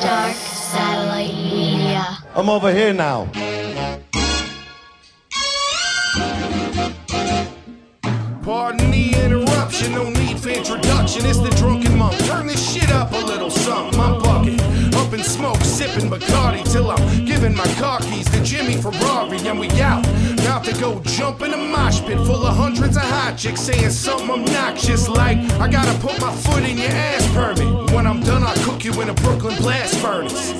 Dark Satellite Media. I'm over here now. Pardon the interruption, no need for introduction. It's the drunken monk. Turn this shit up a little something. I'm bucking, up in smoke, sipping Bacardi till I'm giving my car keys to Jimmy Ferrari, and we out. About to go jump in a mosh pit full of hundreds of hot chicks saying something obnoxious like, I gotta put my foot in your ass permit. When I'm done, I'll cook you in a Brooklyn blast furnace.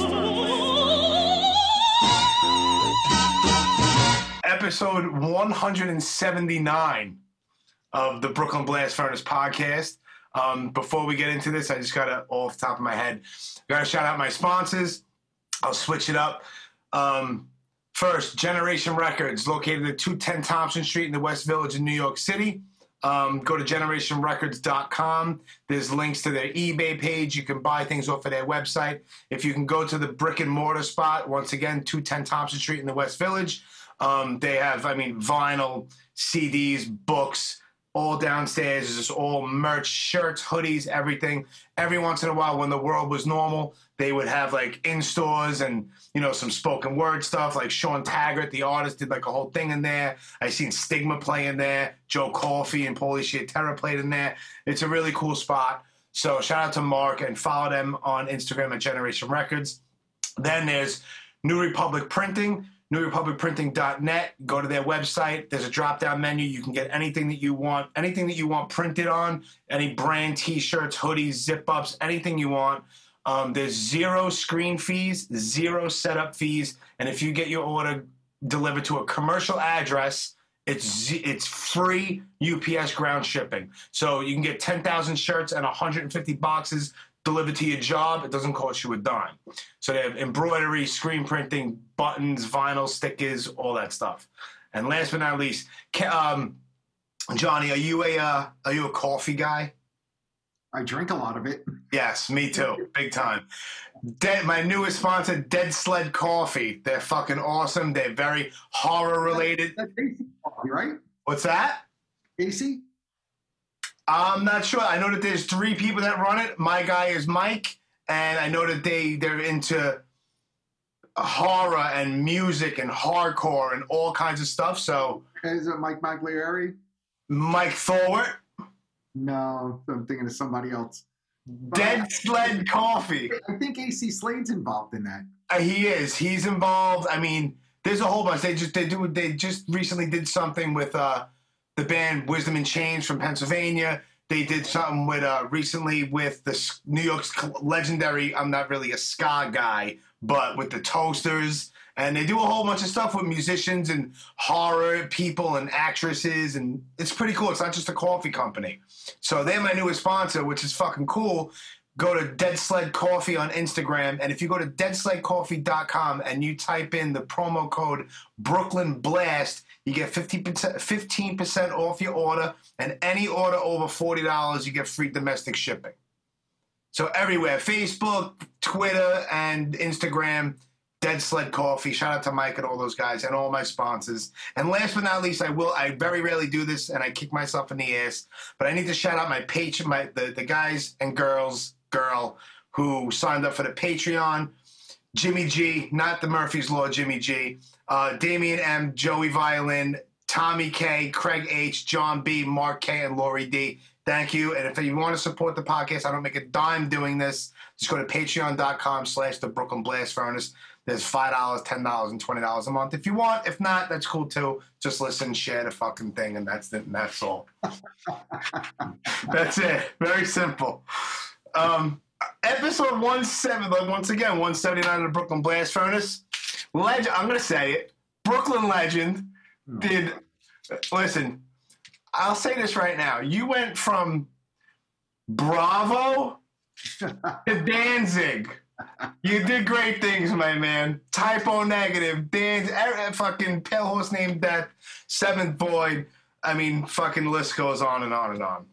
episode 179 of the Brooklyn Blast Furnace podcast. Um, before we get into this, I just got to, off the top of my head, got to shout out my sponsors. I'll switch it up. Um, first, Generation Records, located at 210 Thompson Street in the West Village in New York City. Um, go to generationrecords.com. There's links to their eBay page. You can buy things off of their website. If you can go to the brick and mortar spot, once again, 210 Thompson Street in the West Village, um, they have, I mean, vinyl, CDs, books, all downstairs. It's just all merch, shirts, hoodies, everything. Every once in a while, when the world was normal, they would have like in stores and you know some spoken word stuff. Like Sean Taggart, the artist, did like a whole thing in there. I seen Stigma play in there. Joe Coffey and Paulie Shitera played in there. It's a really cool spot. So shout out to Mark and follow them on Instagram at Generation Records. Then there's New Republic Printing, newrepublicprinting.net. Go to their website. There's a drop down menu. You can get anything that you want, anything that you want printed on, any brand t shirts, hoodies, zip ups, anything you want. Um, there's zero screen fees, zero setup fees. And if you get your order delivered to a commercial address, it's z- it's free UPS ground shipping. So you can get 10,000 shirts and 150 boxes delivered to your job. It doesn't cost you a dime. So they have embroidery, screen printing, buttons, vinyl, stickers, all that stuff. And last but not least, ca- um, Johnny, are you a uh, are you a coffee guy? I drink a lot of it. Yes, me too, big time. Dead, my newest sponsor, Dead Sled Coffee. They're fucking awesome. They're very horror related. That's AC coffee, right? What's that? AC? I'm not sure. I know that there's three people that run it. My guy is Mike, and I know that they they're into horror and music and hardcore and all kinds of stuff. So Is it Mike Magliari? Mike Thorwart, No, I'm thinking of somebody else. But Dead Sled Coffee. I think AC Slade's involved in that. Uh, he is. He's involved. I mean, there's a whole bunch. They just they do they just recently did something with uh the band Wisdom and Change from Pennsylvania. They did something with uh recently with the s- New York's cl- legendary. I'm not really a ska guy, but with the Toasters, and they do a whole bunch of stuff with musicians and horror people and actresses, and it's pretty cool. It's not just a coffee company. So they're my newest sponsor, which is fucking cool go to Dead Sled Coffee on Instagram. And if you go to deadsledcoffee.com and you type in the promo code Brooklyn Blast, you get 15%, 15% off your order. And any order over $40, you get free domestic shipping. So everywhere Facebook, Twitter, and Instagram. Dead Sled Coffee. Shout out to Mike and all those guys and all my sponsors. And last but not least, I will. I very rarely do this, and I kick myself in the ass but I need to shout out my patron, my the, the guys and girls, girl who signed up for the Patreon. Jimmy G, not the Murphy's Law Jimmy G, uh, Damian M, Joey Violin, Tommy K, Craig H, John B, Mark K, and Lori D. Thank you. And if you want to support the podcast, I don't make a dime doing this. Just go to patreon.com slash the Brooklyn Blast Furnace. There's $5, $10, and $20 a month if you want. If not, that's cool too. Just listen, share the fucking thing, and that's, it, and that's all. That's it. Very simple. Um, episode one seven, like once again, one seventy nine of the Brooklyn Blast Furnace. Legend. I'm gonna say it. Brooklyn legend did. Listen, I'll say this right now. You went from Bravo to Danzig. You did great things, my man. Typo negative, Danzig, eh, eh, fucking pale horse named Death, Seventh Void. I mean, fucking list goes on and on and on.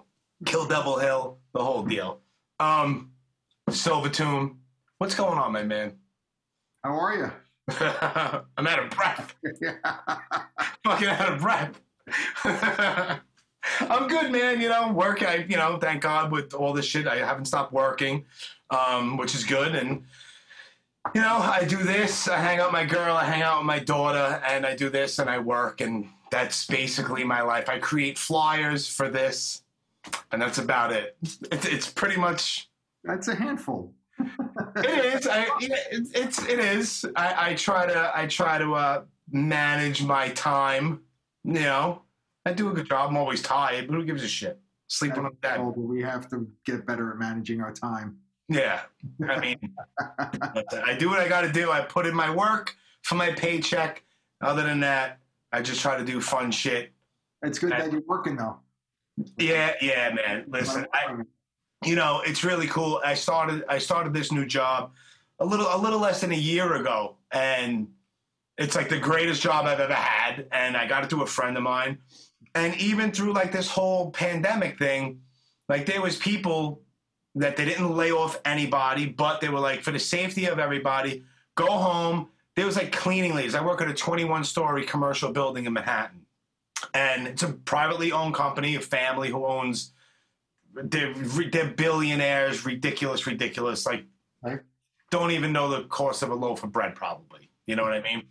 Kill Devil Hill, the whole deal. Um, Silvertune, what's going on, my man? How are you? I'm out of breath. Fucking out of breath. I'm good, man. You know, work. I, you know, thank God with all this shit. I haven't stopped working, um, which is good. And you know, I do this, I hang out with my girl, I hang out with my daughter, and I do this and I work, and that's basically my life. I create flyers for this, and that's about it. It's, it's pretty much That's a handful. it is. I, it, it's it is. I, I try to I try to uh, manage my time. You know, I do a good job. I'm always tired, but who gives a shit? Sleep when I'm That's dead. all, Oh, but we have to get better at managing our time. Yeah, I mean, that's it. I do what I got to do. I put in my work for my paycheck. Other than that, I just try to do fun shit. It's good I- that you're working though. Yeah, yeah, man. Listen, I, you know it's really cool i started i started this new job a little a little less than a year ago and it's like the greatest job i've ever had and i got it through a friend of mine and even through like this whole pandemic thing like there was people that they didn't lay off anybody but they were like for the safety of everybody go home there was like cleaning ladies i work at a 21 story commercial building in manhattan and it's a privately owned company a family who owns they're they're billionaires, ridiculous, ridiculous. Like, Right. don't even know the cost of a loaf of bread, probably. You know what I mean?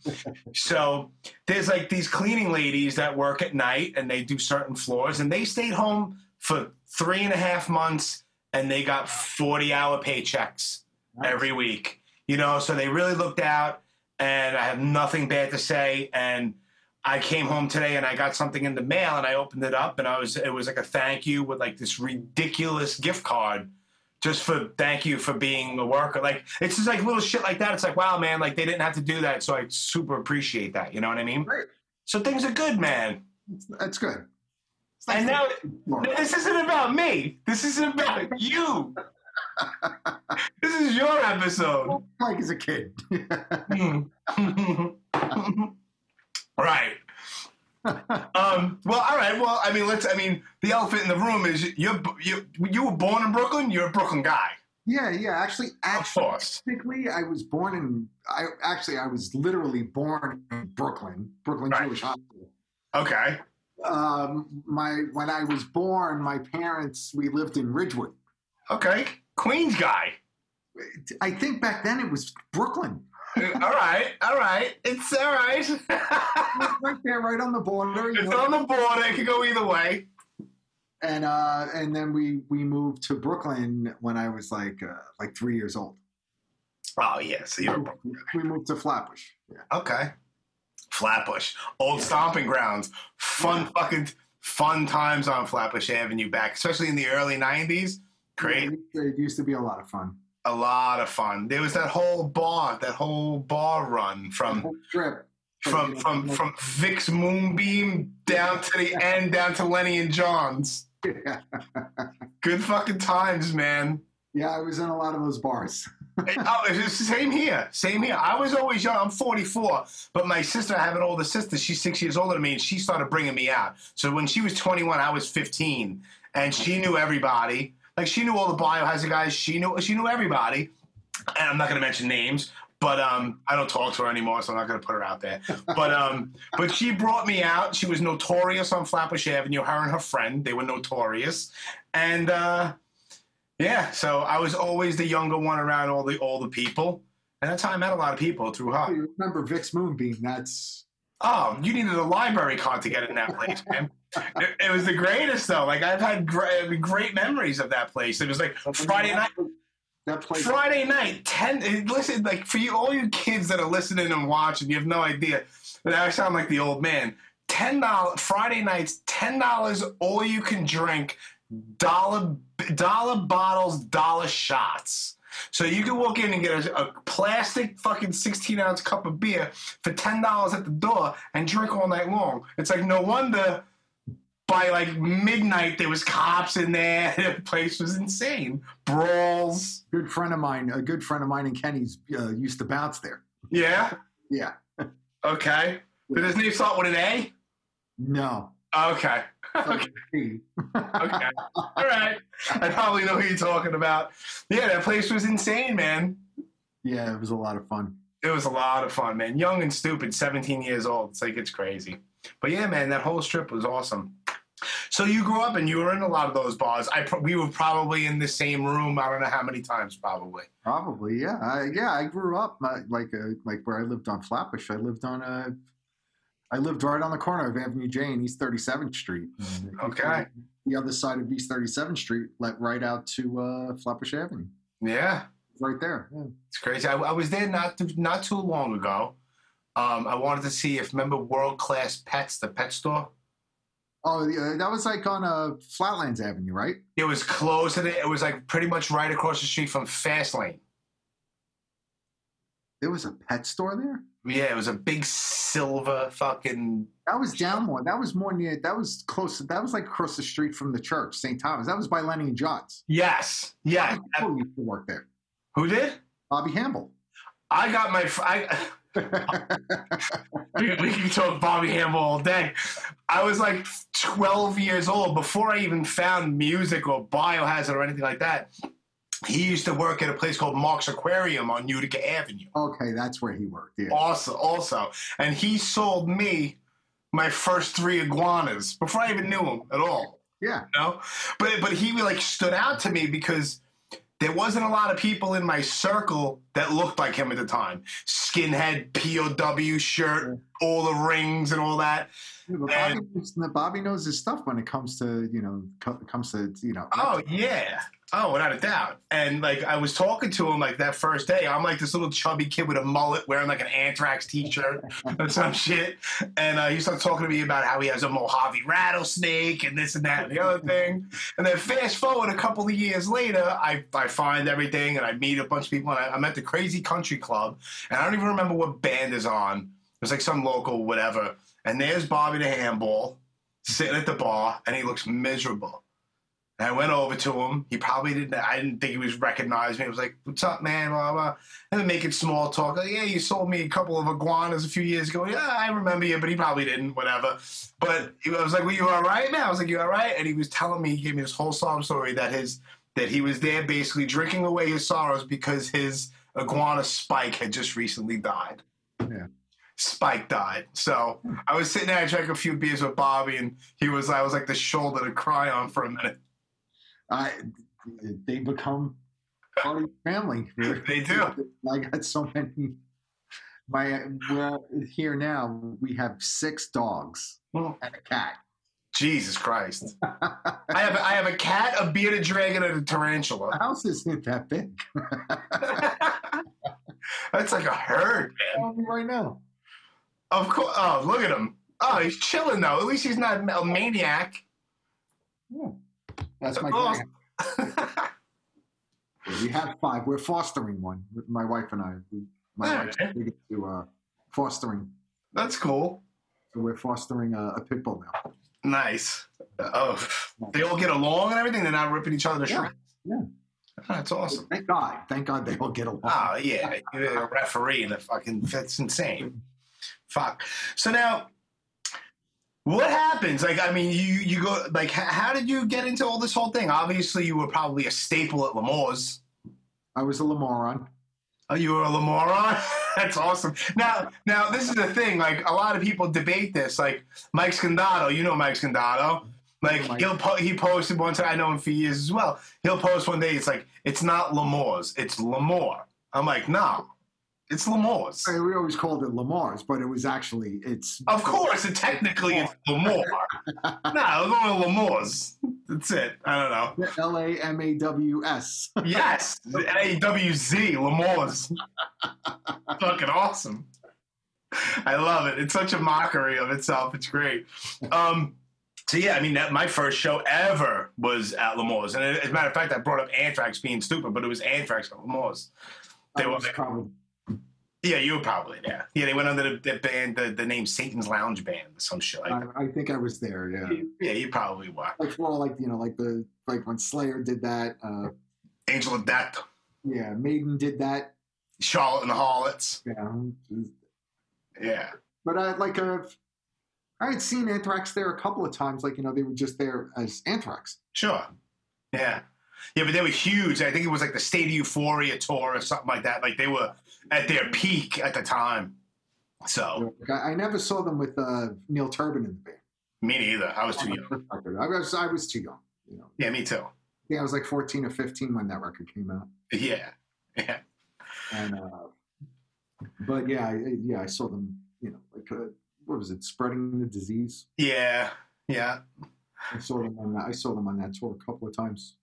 so there's like these cleaning ladies that work at night and they do certain floors, and they stayed home for three and a half months and they got 40 hour paychecks every week. You know, so they really looked out, and I have nothing bad to say. And I came home today and I got something in the mail, and I opened it up, and I was it was like a thank you with like this ridiculous gift card. Just for thank you for being a worker. Like it's just like little shit like that. It's like wow, man. Like they didn't have to do that, so I super appreciate that. You know what I mean? Right. So things are good, man. That's good. It's And now Well, no, this isn't about me. This isn't about you. this is your episode. like as a kid. right. Um, well, all right. Well, I mean, let's. I mean, the elephant in the room is you're you you were born in Brooklyn. You're a Brooklyn guy, yeah, yeah. Actually, of actually, course. technically, I was born in. I actually, I was literally born in Brooklyn, Brooklyn Right. Jewish Hospital. Okay. Um, my when I was born, my parents we lived in Ridgewood. Okay. Queens guy. I think back then it was Brooklyn, all right. All right. It's all right. right there, right on the border. you it's know. on the border. It could go either way. and uh, and then we we moved to Brooklyn when I was like uh, like three years old. Oh yeah. So you're a Brooklyn. We moved to Flatbush. Yeah. Okay. Flatbush, old stomping grounds, fun fucking fun times on Flatbush Avenue back, especially in the early '90s. Great, Yeah, It used to be a lot of fun. a lot of fun. There was that whole bar, that whole bar run from Whole trip. from from from Vic's Moonbeam down to the end, down to Lenny and John's. Yeah. Good fucking times, man. yeah, I was in a lot of those bars. oh, it's the same here. Same here. I was always young. I'm 44, but my sister, I have an older sister. She's six years older than me, and she started bringing me out. So when she was 21, I was 15, and she knew everybody. Like she knew all the biohazard guys. She knew she knew everybody. And I'm not going to mention names, but um, I don't talk to her anymore, so I'm not going to put her out there. But um, but she brought me out. She was notorious on Flatbush Avenue. Her and her friend, they were notorious, and. uh yeah, so I was always the younger one around all the older people, and that's how I met a lot of people through I her. remember Vic's Moonbeam. That's Oh, you needed a library card to get in that place, man. It, it was the greatest though. Like I've had great, great memories of that place. It was like Friday night. That place. Friday night, ten. eh, Listen, like for you, all you kids that are listening and watching, you have no idea. But I sound like the old man. Ten dollars Friday nights, ten dollars all you can drink, dollar dollar bottles, dollar shots. So you can walk in and get a, a plastic fucking sixteen ounce cup of beer for ten dollars at the door and drink all night long. It's like no wonder. By like midnight, there was cops in there. The place was insane. Brawls. Good friend of mine. A good friend of mine in Kenny's uh, used to bounce there. Yeah. Yeah. Okay. Did his name start with an A? No. Okay. Okay. Hey, Okay. All right. I probably know who you're talking about. Yeah, that place was insane, man. Yeah, it was a lot of fun. It was a lot of fun, man. Young and stupid, 17 years old. It's like it's crazy. But yeah, man, that whole strip was awesome. So you grew up and you were in a lot of those bars. I pro- we were probably in the same room. I don't know how many times, probably. Probably, yeah, I, yeah. I grew up uh, like uh, like where I lived on Flatbush. I lived on a, I lived right on the corner of Avenue J and East Thirty Seventh Street. Okay. The other side of East Thirty Seventh Street led right out to uh, Flatbush Avenue, Yeah, right there. Yeah. it's crazy. I, I was there not too, not too long ago. Um, I wanted to see if remember World Class Pets, the pet store. Oh, yeah, that was like on uh, Flatlands Avenue, right? It was close and it, it was like pretty much right across the street from Fast Lane. There was a pet store there. Yeah, it was a big silver fucking. That was down more. That was more near. That was close. That was like across the street from the church, St. Thomas. That was by Lenny and John's. Yes, yeah. Bobby Hamble used to work there. Who did? Bobby Hamble. I got my. fr- I, we, we can talk Bobby Hamble all day. I was like 12 years old before I even found music or biohazard or anything like that. He used to work at a place called Mark's Aquarium on Utica Avenue. okay, that's where he worked. Yeah. Also, also, and he sold me my first three iguanas before I even knew him at all. Yeah. You know? But but he like stood out to me because there wasn't a lot of people in my circle that looked like him at the time. Skinhead, POW shirt, all the rings and all that. Yeah, but Bobby, knows- Bobby knows his stuff when it comes to you know co- comes to you know. Oh yeah. Oh, without a doubt. And like I was talking to him like that first day, I'm like this little chubby kid with a mullet wearing like an anthrax t-shirt or some shit. And uh, he starts talking to me about how he has a Mojave rattlesnake and this and that and the other thing. And then fast forward a couple of years later, I, I find everything and I meet a bunch of people and I, I'm at the Crazy Country Club and I don't even remember what band is on. It was like some local whatever. And there's Bobby the handball sitting at the bar and he looks miserable. And I went over to him. He probably didn't. I didn't think he was recognized me. I was like, "What's up, man?" Blah blah. And then making small talk. Like, yeah, you sold me a couple of iguanas a few years ago. Yeah, I remember you, but he probably didn't. Whatever. But he- I was like, "Well, you all right, man?" I was like, "You all right?" And he was telling me. He gave me this whole sob story that his that he was there basically drinking away his sorrows because his iguana Spike had just recently died. Yeah. Spike died. So I was sitting there, I drank a few beers with Bobby, and he was, I was like the shoulder to cry on for a minute. I, they become part of your family. They do. I got so many. My well, here now we have six dogs Well, and a cat. Jesus Christ. I have I have a cat, a bearded dragon, and a The tarantula. house isn't that big. That's like a herd, man. Tell me right now. Of course. Oh, look at him. Oh, he's chilling though. At least he's not a maniac. Yeah. That's my. Oh. grandson. We have five. We're fostering one. My wife and I. My All wife's right. big into uh, fostering. That's cool. So we're fostering a, a pit bull now. Nice. Oh, they all get along and everything. They're not ripping each other to Yeah, shreds. yeah. Oh, That's awesome. Thank God. Thank God they all get along. Oh yeah, you're a referee and a fucking that's insane. Fuck. So now, what happens? Like, I mean, you you go like, h- how did you get into all this whole thing? Obviously, you were probably a staple at Lamore's. I was a Lamoron. Oh, you were a Lamoron. that's awesome. Now, now this is the thing. Like, a lot of people debate this. Like, Mike Scandato, you know Mike Scandato. Like Mike. he'll po- he posted one time. I know him for years as well. He'll post one day. It's like it's not Lamore's. It's Lamore. I'm like, no, it's Lamore's. I- We always called it Lamar's, but it was actually it's Of course, and technically it's Lamore. no, I'm going to Lamore's. That's it. I don't know. L A M A W S. Yes, A W Z Lamore's. Fucking awesome. I love it. It's such a mockery of itself. It's great. Um, so yeah, I mean, that my first show ever was at Lamore's, and as a matter of fact, I brought up Anthrax being stupid, but it was Anthrax at Lamore's. They were, yeah, you were probably there. Yeah, they went under the, the band, the, the name Satan's Lounge Band, or some shit like that. I, I think I was there. Yeah, Yeah, you probably were. like for all like you know like the like when Slayer did that. Uh, Angel of Death, yeah, Maiden did that. Charlotte and the Harlots. Yeah, Yeah. but I like uh, I had seen Anthrax there a couple of times. Like you know they were just there as Anthrax. Sure. Yeah. Yeah, but they were huge. I think it was like the State of Euphoria tour or something like that. Like they were at their peak at the time. So Oh. I, I never saw them with uh, Neil Turbin in the band. Me neither. I was too young. I was, I was too young. You know, Yeah, me too. yeah, I was like 14 or 15 when that record came out. Yeah. Yeah. And uh, but yeah, I, yeah, I saw them. You know, like uh, what was it? Spreading the disease. Yeah. Yeah. I saw them on that. I saw them on that tour a couple of times.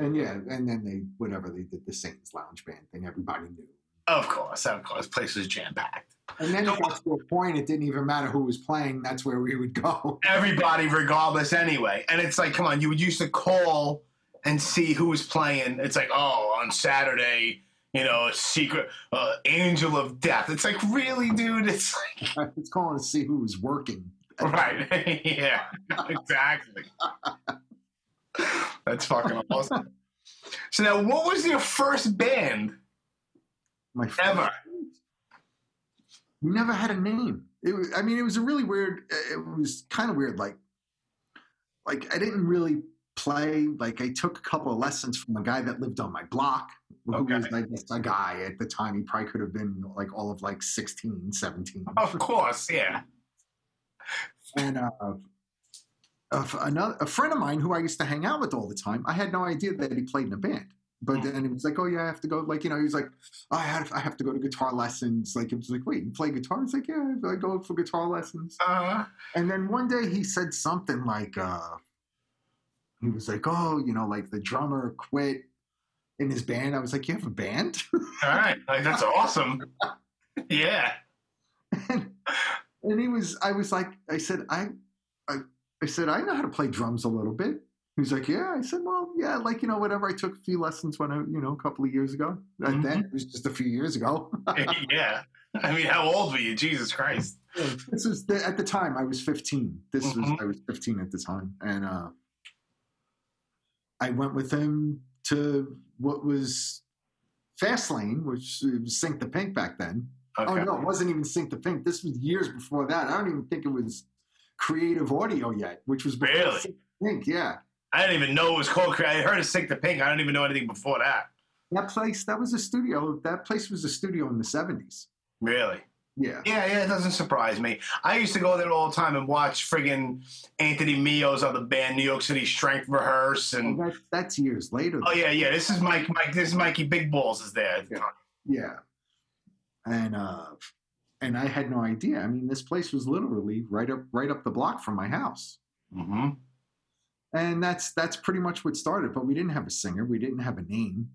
And yeah, and then they whatever they did the Saints Lounge Band thing. Everybody knew. Of course. Of course. Place was jam packed. And then it got to a point. It didn't even matter who was playing. That's where we would go. Everybody, regardless, anyway. And it's like, come on, you used to call and see who was playing. It's like, oh, on Saturday, you know, secret uh, angel of death. It's like, really, dude? It's like, it's calling to see who was working. Right. yeah. Exactly. That's fucking awesome. So now, what was your first band My ever? We never had a name. It was, I mean, it was a really weird. uh, It was kind of weird. Like, like I didn't really play. Like, I took a couple of lessons from a guy that lived on my block, who Okay. was like just a guy at the time. He probably could have been like all of like 16, 17. Of course, yeah. and uh, a, f- another, a friend of mine who I used to hang out with all the time, I had no idea that he played in a band. But then he was like, "Oh yeah, I have to go." Like you know, he was like, "Oh, "I have I have to go to guitar lessons." Like it was like, "Wait, you play guitar?" It's like, "Yeah, I go for guitar lessons." Uh, And then one day he said something like, uh, "He was like, oh, you know, like the drummer quit in his band." I was like, "You have a band?" all right, like that's awesome. Yeah, and, and he was i was like i said I, I i said i know how to play drums a little bit he was like yeah i said well yeah like you know whatever i took a few lessons when i you know a couple of years ago and then it was just a few years ago yeah. I mean, how old were you? Jesus Christ. this was the, at the time i was 15 this was Mhm. i was 15 at the time and uh i went with him to what was Fastlane, which was Sink the Pink back then. Okay. Oh no, it wasn't even Sync the Pink. This was years before that. I don't even think it was Creative Audio yet, which was before Really? Sync the Pink. Yeah, I didn't even know it was called. Cra- I heard of Sick the Pink. I don't even know anything before that. that place. That was a studio. That place was a studio in the seventies. Really? Yeah, Yeah, yeah. It doesn't surprise me. I used to go there all the time and watch friggin' Anthony Mio's other band, New York City Strength, rehearse and. Well, that, that's years later. Oh yeah, yeah. This is Mike. Mike. This is Mikey Big Balls is there. At the Yeah. time. yeah, and uh, and I had no idea. I mean, this place was literally right up right up the block from my house. Mm-hmm. And that's that's pretty much what started. But we didn't have a singer. We didn't have a name.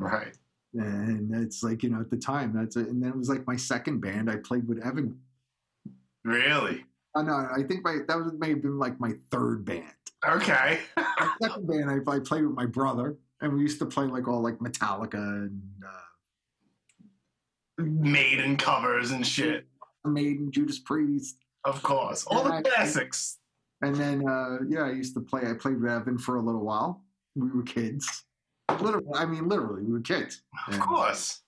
Right. And it's like you know at the time that's it. And then it was like my second band. I played with Evan Really? Oh, no, I think my that was may have been like my third band. Okay. My second band, I, I played with my brother, and we used to play like all like Metallica and uh, Maiden covers and shit. Maiden, Judas Priest, Of course, all Yeah, I- the classics. and then uh, yeah, I used to play. I played with Evan for a little while. We were kids, literally. I mean, literally, we were kids. Of And- course.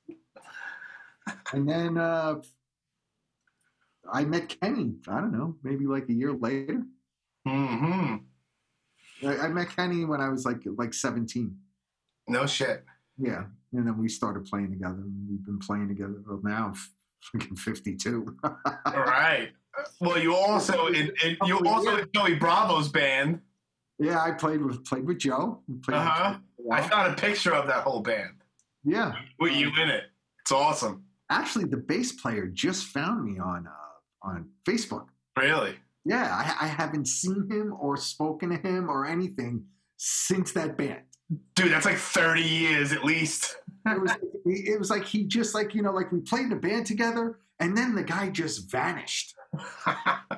And then uh, I met Kenny. I don't know, maybe like a year later. Mm-hmm. I, I met Kenny when I was like like seventeen. No shit. Yeah, and then we started playing together. and We've been playing together well, now. I'm Fucking fifty-two. All right. Well, you also in, in you Oh, also yeah. in Joey Bravo's band. yeah, I played with played with Joe. We played with Uh-huh. Joe. I found a picture of that whole band. yeah, Were you in it? It's awesome. actually, the bass player just found me on uh, on Facebook. Really? Yeah, I, I haven't seen him or spoken to him or anything since that band. Dude, that's like 30 years at least. It was it was like he just like you know like we played in a band together, and then the guy just vanished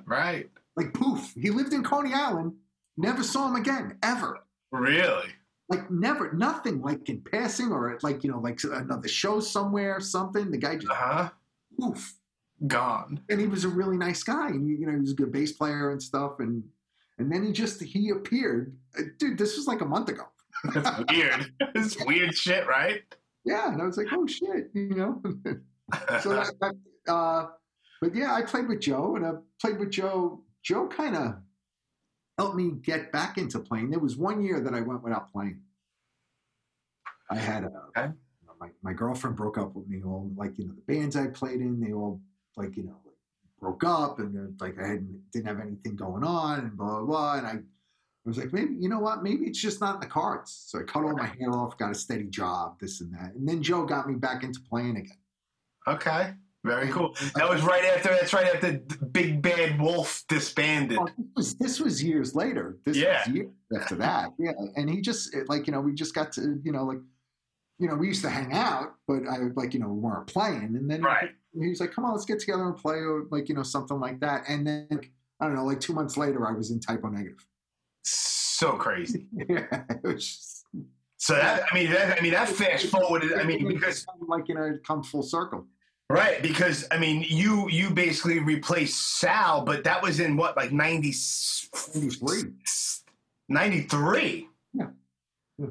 right. like poof. He lived in Coney Island. Never saw him again ever. Really? like never nothing like in passing or at, like you know like another show somewhere something the guy just Uh-huh. poof Gone. and he was a really nice guy and you know he was a good bass player and stuff and and then he just he appeared Uh, dude this was like a month ago That's weird. it's weird shit, right? yeah and i was like oh shit you know so that, that, uh but yeah i played with joe and i played with joe joe kind of helped me get back into playing there was one year that i went without playing i had a Okay. my, my girlfriend broke up with me all like you know the bands i played in they all like you know broke up and then, like I hadn't, didn't have anything going on and blah, blah, blah. And I, I was like, maybe, you know what? Maybe it's just not in the cards. So I cut all my hair off, got a steady job, this and that. And then Joe got me back into playing again. Okay. Very cool. That was right after. That's right after Big Bad Wolf disbanded. Oh, this, was, this was years later. This Yeah. was years after that. Yeah. And he just it, like, you know, we just got to, you know, like, you know, we used to hang out, but I like, you know, we weren't playing. And then Right. he was like, come on, let's get together and play or like, you know, something like that. And then like, I don't know, like two months later I was in typo negative. So crazy. Yeah. It was just, So that I mean that I mean that fast forwarded. I mean because like, you know, it come full circle. right because I mean you you basically replaced Sal, but that was in what like 90, 93. 93? Yeah. Yeah.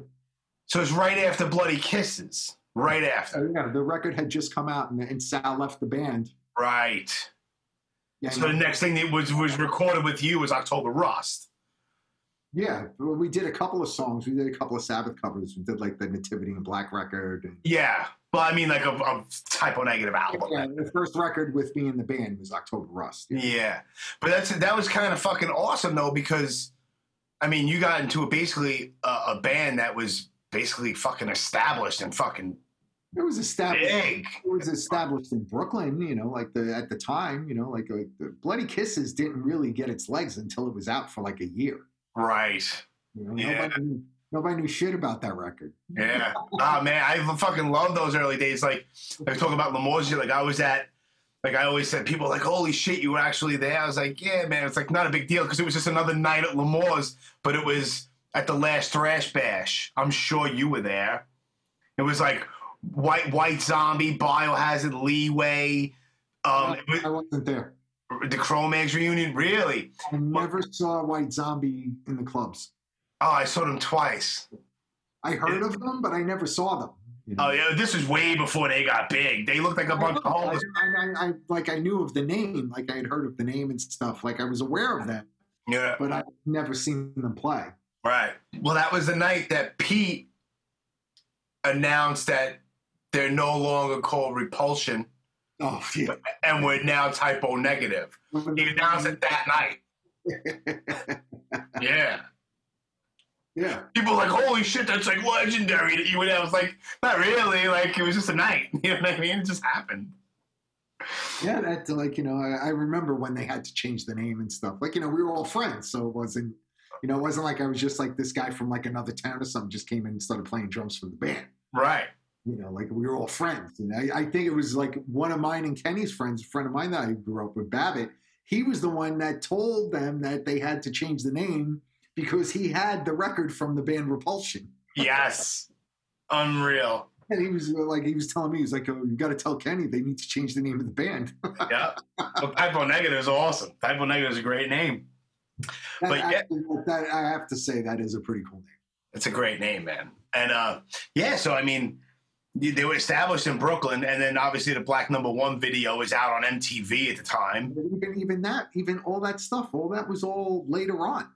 So it's right after Bloody Kisses. Right after. So, Oh, yeah, the record had just come out and, and Sal left the band. Right. Yeah, So the next thing that was was recorded with you was October Rust. Yeah, well, we did a couple of songs. We did a couple of Sabbath covers. We did like the Nativity and Black record. And, Yeah. Well, I mean, like a, a typo negative album. yeah, the first record with me in the band was October Rust. Yeah, but that's that was kind of fucking awesome though because, I mean, you got into a basically a, a band that was basically fucking established and fucking It was established. big. It was established in Brooklyn. You know, like the at the time. You know, like, like the Bloody Kisses didn't really get its legs until it was out for like a year. Right. You know, Yeah. nobody, knew, nobody knew shit about that record. Yeah. Ah man, I fucking love those early days. Like I was talking about Lemorgia, like I was at. Like I always said, people are like, "Holy shit, you were actually there!" I was like, "Yeah, man." It's like not a big deal because it was just another night at Lamore's, but it was at the last Thrash Bash. I'm sure you were there. It was like White White Zombie, Biohazard, Leeway, um, it was- I wasn't there. the Chromags reunion. Really? I never saw White Zombie in the clubs. Oh, I saw them twice. I heard of them, but I never saw them. you know? Oh yeah, this was way before they got big. They looked like a bunch of homeless. I, I, I, like I knew of the name, like I had heard of the name and stuff. Like I was aware of them, Yeah. but I've never seen them play. Right. Well, that was the night that Pete announced that they're no longer called Repulsion Oh yeah. and we're now typo negative. He announced it that night. yeah. Yeah. People were like, holy shit, that's like legendary that you would have. I was like, not really. Like, it was just a night. You know what I mean? It just happened. Yeah, that like, you know, I, I remember when they had to change the name and stuff. Like, you know, we were all friends, so it wasn't you know, it wasn't like I was just like this guy from like another town or something just came in and started playing drums for the band. Right. You know, like we were all friends. And I, I think it was like one of mine and Kenny's friends, a friend of mine that I grew up with, Babbitt, he was the one that told them that they had to change the name because he had the record from the band Repulsion. Yes. Unreal. And he was uh, like, he was telling me, he was like, oh, you got to tell Kenny they need to change the name of the band. Yeah. But typo negative is awesome. Typo negative is a great name. That But yeah. actually- that, I have to say, that is a pretty cool name. It's a great name, man. And uh, yeah, so I mean, you- they were established in Brooklyn, and then obviously the Black Number One video was out on MTV at the time. But even even that, even all that stuff, all that was all later on.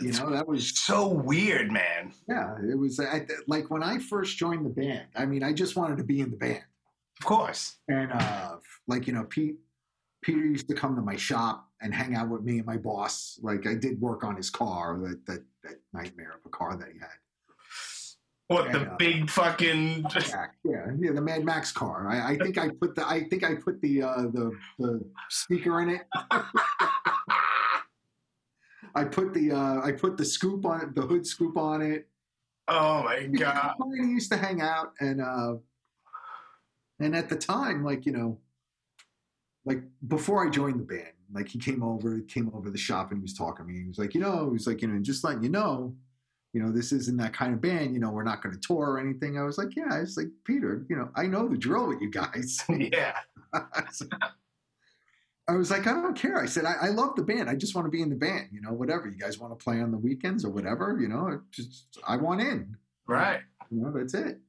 You know, that was So weird, man. yeah. It was I, like when I first joined the band. I mean, I just wanted to be in the band, Of course. and uh, like you know, Pete Peter used to come to my shop and hang out with me and my boss. Like I did work on his car, that that, that nightmare of a car that he had. What the Yeah. big fucking Mac, Yeah, yeah, the Mad Max car. I, I think I put the I think I put the uh, the the speaker in it. I put the uh, I put the scoop on it, the hood scoop on it. oh my god. We used to hang out and uh, and at the time, like you know, like before I joined the band, like he came over, came over to the shop and he was talking to me. He was like, you know, he was like, you know, just letting you know, you know, this isn't that kind of band. You know, we're not going to tour or anything. I was like, yeah. I was like, Peter, you know, I know the drill with you guys. Yeah. I was like, I don't care. I said, I, I love the band. I just want to be in the band. You know, whatever you guys want to play on the weekends or whatever. You know, it just I want in. Right. You know, that's it.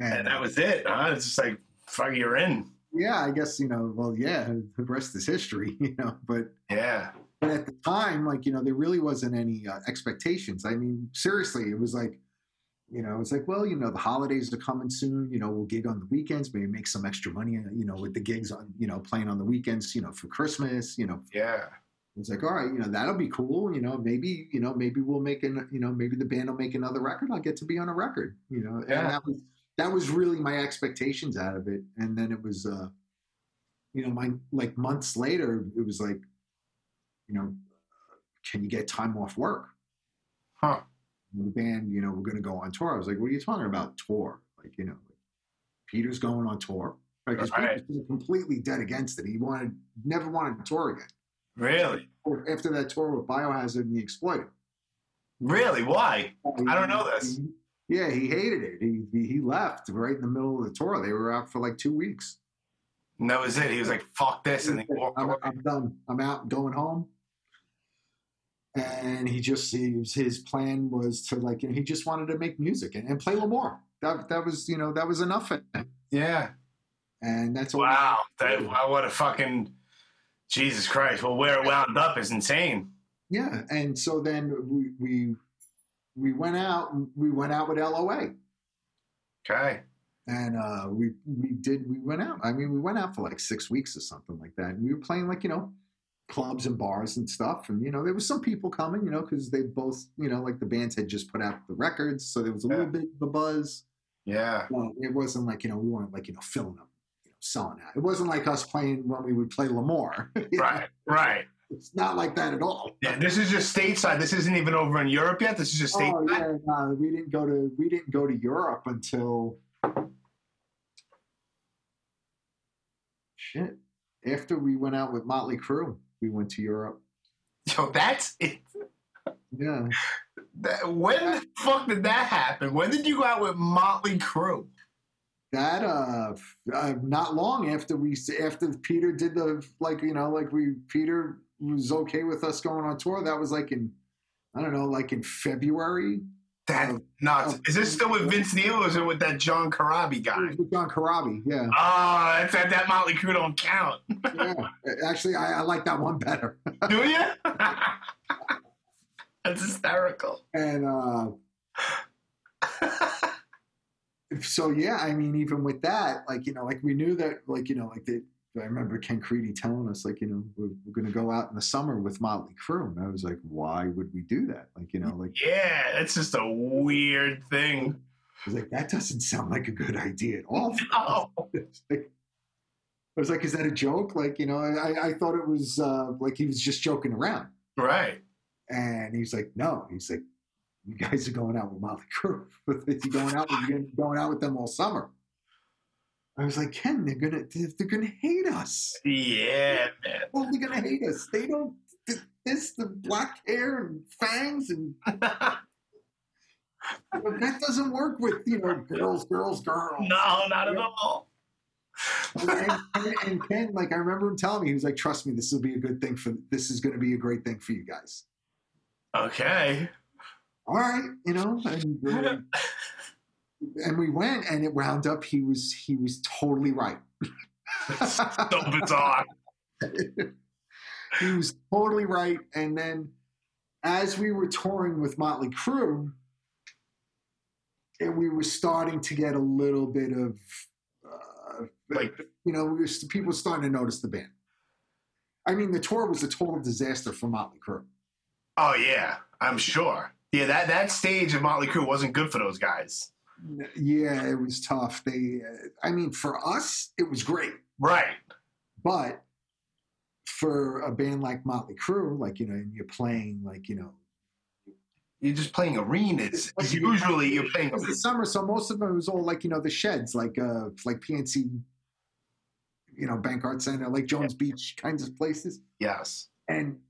uh, And that was it. Huh? It's just like fuck, you're in. yeah, I guess you know. Well, yeah, the rest is history, you know. But Yeah. but at the time, like you know, there really wasn't any uh, expectations. I mean, seriously, it was like You know, it's like, well, you know, the holidays are coming soon. You know, we'll gig on the weekends, maybe make some extra money. You know, with the gigs on, you know, playing on the weekends. You know, for Christmas. You know, Yeah. it's like, all right, you know, that'll be cool. You know, maybe, you know, maybe we'll make an, you know, maybe the band will make another record. I'll get to be on a record. You know, Yeah. and that was that was really my expectations out of it. And then it was, uh, you know, my like months later, it was like, you know, can you get time off work? Huh. The band, you know, we're going to go on tour. I was like, what are you talking about tour? Like, you know, Peter's going on tour. Right, 'cause Right. Peter's been completely dead against it. He wanted never wanted to tour again Really? or after that tour with Biohazard and the Exploited. Really? Why? I don't know this. Yeah, he hated it. He he left right in the middle of the tour. They were out for like two weeks. And that was it. He was like, "Fuck this," and he walked I'm, away. I'm done. I'm out. Going home. And he just he was, his plan was to like you know, he just wanted to make music and, and play Lamore. That that was you know that was enough for him. Yeah. And that's all. Wow. That, wow. What a fucking Jesus Christ. Well, where it wound up is insane. Yeah, and so then we we we went out. We went out with LOA. Okay. and uh, we we did we went out. I mean, we went out for like six weeks or something like that. And we were playing like you know clubs and bars and stuff. And you know there was some people coming, you know, because they both you know like the bands had just put out the records, so there was a Yeah. little bit of a buzz. Yeah. Well, it wasn't like you know we weren't like you know filling up, you know, selling out. It wasn't like us playing when we would play Lamore. You know, Right. Right. It's not like that at all. Yeah, this is just stateside. This isn't even over in Europe yet. This is just Oh stateside. yeah, no, we didn't go to we didn't go to Europe until shit. After we went out with Motley Crue, we went to Europe. Yo, that's it. Yeah, That, when the fuck did that happen? When did you go out with Motley Crue? that uh, f- uh, not long after we after Peter did the like you know like we Peter was okay with us going on tour. That was like in I don't know like in February. That's nuts. Oh. Is this still with Vince Neil or is it with that John Karabi It guy? was with John Karabi. Yeah, Ah, that's that, that Motley Crue don't count. yeah. Actually, I, I like that one better. Do you? that's hysterical. And uh, so yeah, I mean, even with that, like you know, like we knew that, like you know, like that. I remember Ken Creedy telling us, like you know, we're, we're going to go out in the summer with Motley Crue, and I was like, why would we do that? Like you know, like Yeah, that's just a weird thing. I was like that doesn't sound like a good idea at all. for us. Oh, It's like- I was like, is that a joke? Like you know, I, I thought it was uh, like he was just joking around, right. and he's like, no, he's like, you guys are going out with Motley Crue. you're going out, with, you're going out with them all summer. I was like, Ken, they're gonna they're gonna hate us. Yeah, man. Well, they're gonna hate us. They don't. th- This the black hair and fangs and that doesn't work with you know girls, girls, girls. no, not at all. And, and, and Ken, like I remember him telling me, he was like, "Trust me, this will be a good thing for. This is going to be a great thing for you guys." Okay. All right, you know, and, uh, and we went, and it wound up. He was he was totally right. So bizarre. he was totally right. And then as we were touring with Motley Crue, and we were starting to get a little bit of, uh, Like- you know, we were, people were starting to notice the band. I mean, the tour was a total disaster for Motley Crue. Oh yeah, I'm sure. Yeah, that that stage of Motley Crue wasn't good for those guys. Yeah, it was tough. They, uh, I mean, for us, it was great. Right. But for a band like Motley Crue, like, you know, and you're playing, like, you know, You're just playing arenas. Usually, you're playing. it was the summer, so most of them was all like you know the sheds, like uh like PNC, you know Bank Art Center, like Jones Beach kinds of places, Yes. and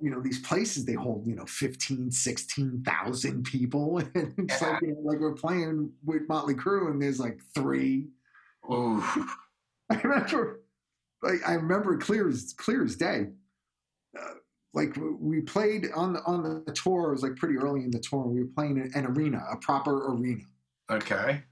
you know these places they hold you know 15 16,000 people and it's like, you know, like we're playing with Motley Crue and there's like three Ooh. I remember, like, I remember clear as clear as day. Uh, like we played on the on the tour. It was like pretty early in the tour. We were playing an, an arena, a proper arena, Okay.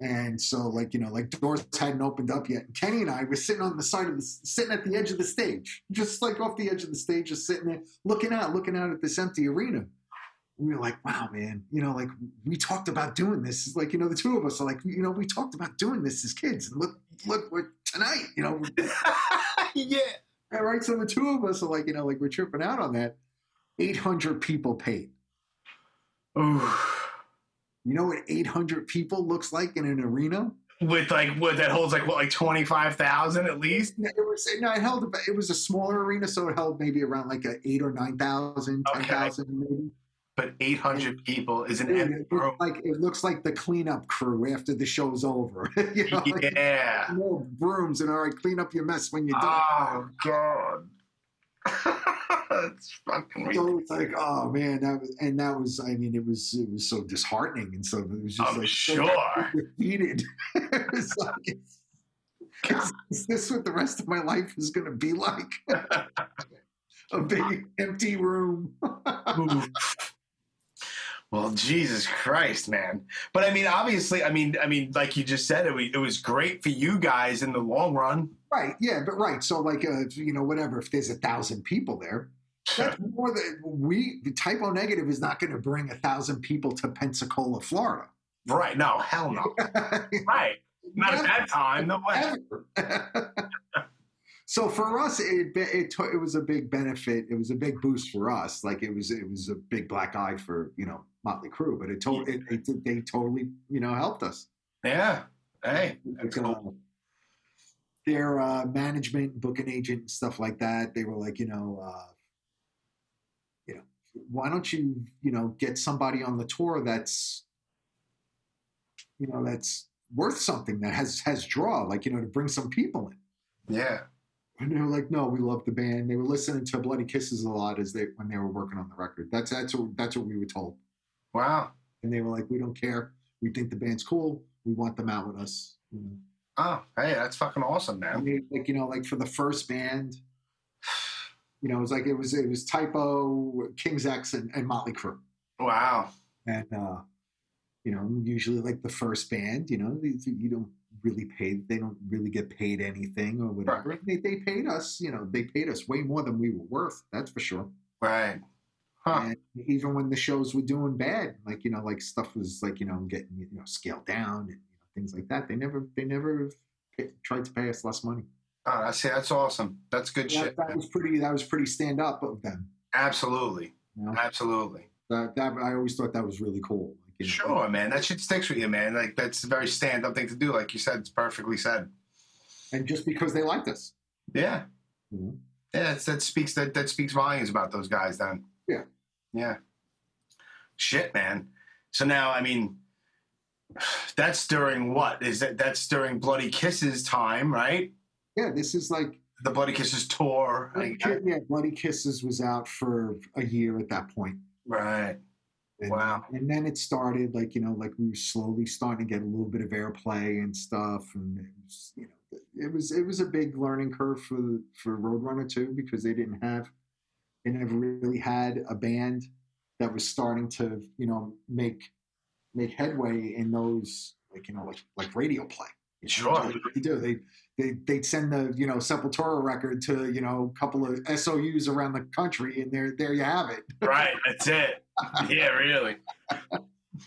and so like you know, like doors hadn't opened up yet. And Kenny and I were sitting on the side of the sitting at the edge of the stage, just like off the edge of the stage, just sitting there looking out, looking out at this empty arena. we were like, wow, man, you know, like we talked about doing this. Like, you know, the two of us are like, you know, we talked about doing this as kids, and look, look, we're tonight, you know, yeah. we're- right? So the two of us are like, you know, like we're tripping out on that. Eight hundred people paid. Oof. You know what eight hundred people looks like in an arena? With like what that holds like what like twenty five thousand at least. No, It was no, it held. about- It was a smaller arena, so it held maybe around like a eight or nine thousand, ten Okay. thousand, maybe. But eight hundred people is an Dude, empty it room. looks like it looks like the cleanup crew after the show's over. you know, like, Yeah. more brooms and all right, clean up your mess when you're done. Oh god. That's fucking ridiculous. so it's like, oh man, that was, and that was, I mean, it was, it was so disheartening, and so it was just I'm like so Oh, sure. defeated. it was like, is, is- is this what the rest of my life is going to be like? A big empty room. well, Jesus Christ, man. But I mean, obviously, I mean, I mean, like you just said, it, wa- it was great for you guys in the long run. Right. Yeah. But right. So like, uh, you know, whatever. If there's a thousand people there, that's more than we. The typo negative is not going to bring a thousand people to Pensacola, Florida. Right? No, hell no. Right? Not at that time. No way. Ever. so for us, it be- it to- it was a big benefit. It was a big boost for us. Like it was it was a big black eye for you know Motley Crue, but it told it, it did- they totally you know helped us. Yeah. Hey. Like, uh, their uh, management, booking agent, and stuff like that. They were like, you know, uh, you know, why don't you, you know, get somebody on the tour that's, you know, that's worth something that has has draw, like you know, to bring some people in. Yeah. And they were like, no, we love the band. They were listening to Bloody Kisses a lot as they when they were working on the record. That's that's what, that's what we were told. Wow. And they were like, we don't care. We think the band's cool. We want them out with us. You know? Oh, hey, that's fucking awesome, I man. mean, like you know, like for the first band, you know, it was like it was it was Typo, King's X, and, and Motley Crue, Wow. and uh, you know, usually like the first band, you know, you, you don't really pay, they don't really get paid anything or whatever. Right. They, they paid us, you know, they paid us way more than we were worth, that's for sure. Right. Huh. And even when the shows were doing bad, like you know, like stuff was like you know getting you know scaled down and you know, things like that. They never they never pa- tried to pay us less money. Oh, that's that's awesome. That's good that, shit. that man. was pretty. That was pretty stand up of them. Absolutely. You know? Absolutely. That, that I always thought that was really cool. Like, you know, Sure, man. That shit sticks with you, man. Like that's a very stand up thing to do. Like you said, it's perfectly said. And just because they liked us, Yeah. you know? Yeah, that's, that speaks that that speaks volumes about those guys then. Yeah. Yeah. Shit, man. So now I mean that's during what? Is that that's during Bloody Kisses time, right? yeah, this is like The Bloody Kisses tour. I Bloody guess. Ki- yeah, Bloody Kisses was out for a year at that point. Right. And, Wow. And then it started like you know, like we were slowly starting to get a little bit of airplay and stuff, and it was, you know, it was it was a big learning curve for for Roadrunner too because they didn't have they never really had a band that was starting to you know make make headway in those like you know like like radio play. You know, Sure. like they do they they they'd send the you know Sepultura record to you know a couple of SOUs around the country, and there there you have it. Right, that's it. Yeah, really.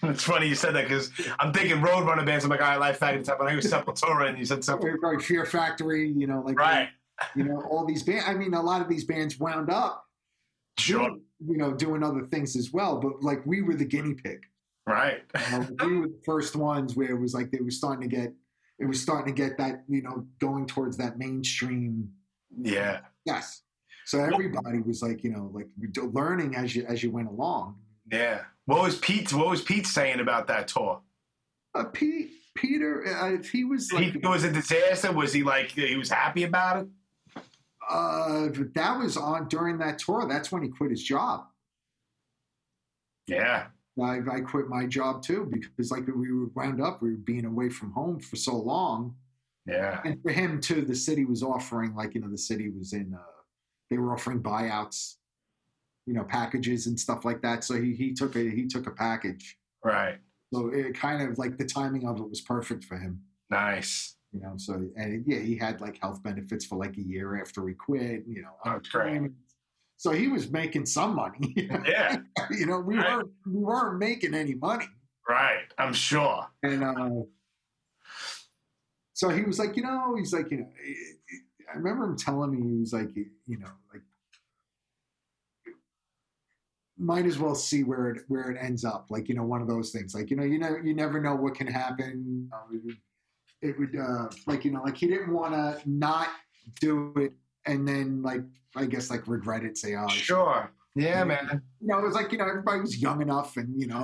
It's funny you said that because I'm thinking Roadrunner bands. I'm like, all right, Life Faggot Tap. When I hear Sepultura and you said something. Very, very Fear Factory, you know, like Right. you know, all these bands. I mean, a lot of these bands wound up, Sure. you know, doing other things as well. But like, we were the guinea pig. Right. You know? we were the first ones where it was like they were starting to get, it was starting to get that, you know, going towards that mainstream. Yeah. Yes. So everybody was like, you know, like learning as you as you went along. Yeah. What was Pete? What was Pete saying about that tour? Uh, Pete, Peter, uh, if he was like, Pete, it was a disaster. Was he like uh, he was happy about it? uh, that was on during that tour. That's when he quit his job. Yeah. I, I quit my job too because like we were wound up, we were being away from home for so long, Yeah. and for him too, the city was offering like you know the city was in, uh, they were offering buyouts, you know packages and stuff like that. So he he took a he took a package. Right. So it kind of like the timing of it was perfect for him, Nice. you know. So and yeah, he had like health benefits for like a year after he quit, you know. Oh, great. So he was making some money. Yeah, you know, we Right. weren't we weren't making any money. right. I'm sure. And uh, so he was like, you know, he's like, you know, I remember him telling me he was like, you know, like might as well see where it where it ends up. Like, you know, one of those things. Like, you know, you know, you never know what can happen. Uh, it would- It would uh, like you know, like he didn't want to not do it and then like I guess like regret it. Say, oh, I should Sure. Yeah, man. you know, it was like, you know, everybody was young enough and, you know,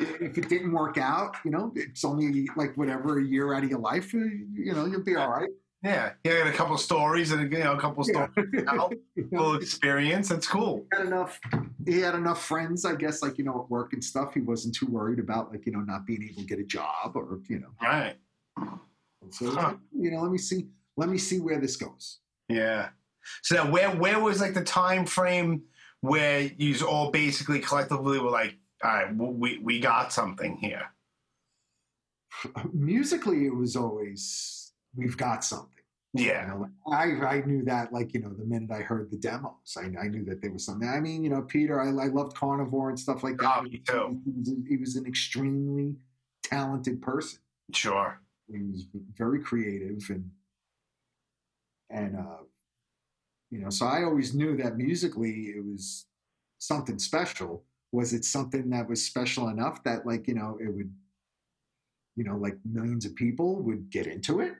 i- if it didn't work out, you know, it's only like whatever a year out of your life, you you know, you'll be all right. Yeah, yeah. I got a couple stories and you know a couple Yeah. stories. Now, full experience. That's cool. He had enough, he had enough friends, I guess, like, you know, at work and stuff. He wasn't too worried about like, you know, not being able to get a job or, you know, Right. so, it's Huh. like, you know, let me see, let me see where this goes. Yeah. So now where where was like the time frame where you all basically collectively were like, all right, w- we we got something here. Musically, it was always, we've got something. You Yeah. know, I, I knew that, like, you know, the minute I heard the demos, I, I knew that there was something. I mean, you know, Peter, I, I loved Carnivore and stuff like that. Oh, me too. He, was he was an extremely talented person. Sure. He was very creative and, and, uh, you know, so I always knew that musically it was something special. Was it something that was special enough that, like, you know, it would, you know, like millions of people would get into it?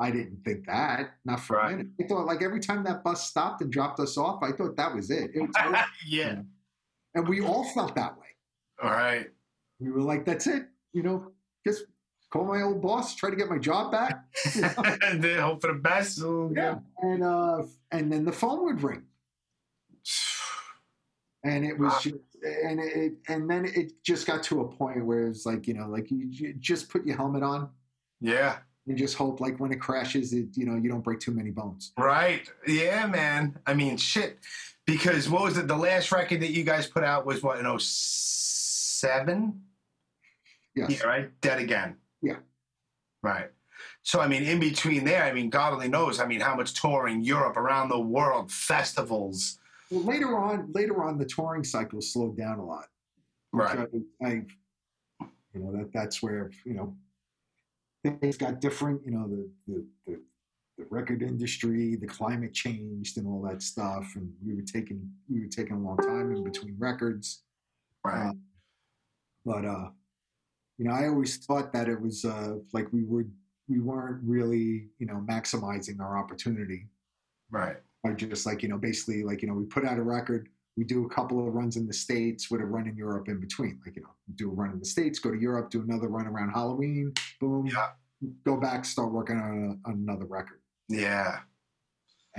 I didn't think that, not for Right. a minute. I thought, like, every time that bus stopped and dropped us off, I thought that was it. it was over. yeah. and we all felt that way. All right. We were like, that's it. You know, just call my old boss, try to get my job back. and then hope for the best. So, yeah. And, uh, and then the phone would ring. and it was Wow. just, and it and then it just got to a point where it's like you know like you, you just put your helmet on Yeah. and just hope like when it crashes it you know you don't break too many bones Right. Yeah, man. I mean, shit. Because what was it? The last record that you guys put out was what in 07? yes Yeah, right. Dead again. Yeah. Right. So I mean, in between there, I mean, God only knows. I mean, how much touring Europe around the world, festivals. well, later on later on the touring cycle slowed down a lot Right. So I, I- you know that that's where you know things got different you know the the, the the record industry, the climate changed, and all that stuff, and we were taking we were taking a long time in between records. Uh, Right. but uh you know i always thought that it was uh like we would we weren't really you know maximizing our opportunity Right. by just like you know basically like you know we put out a record we do a couple of runs in the states with a run in europe in between like you know do a run in the states go to europe do another run around halloween boom Yeah. go back start working on, a, on another record Yeah.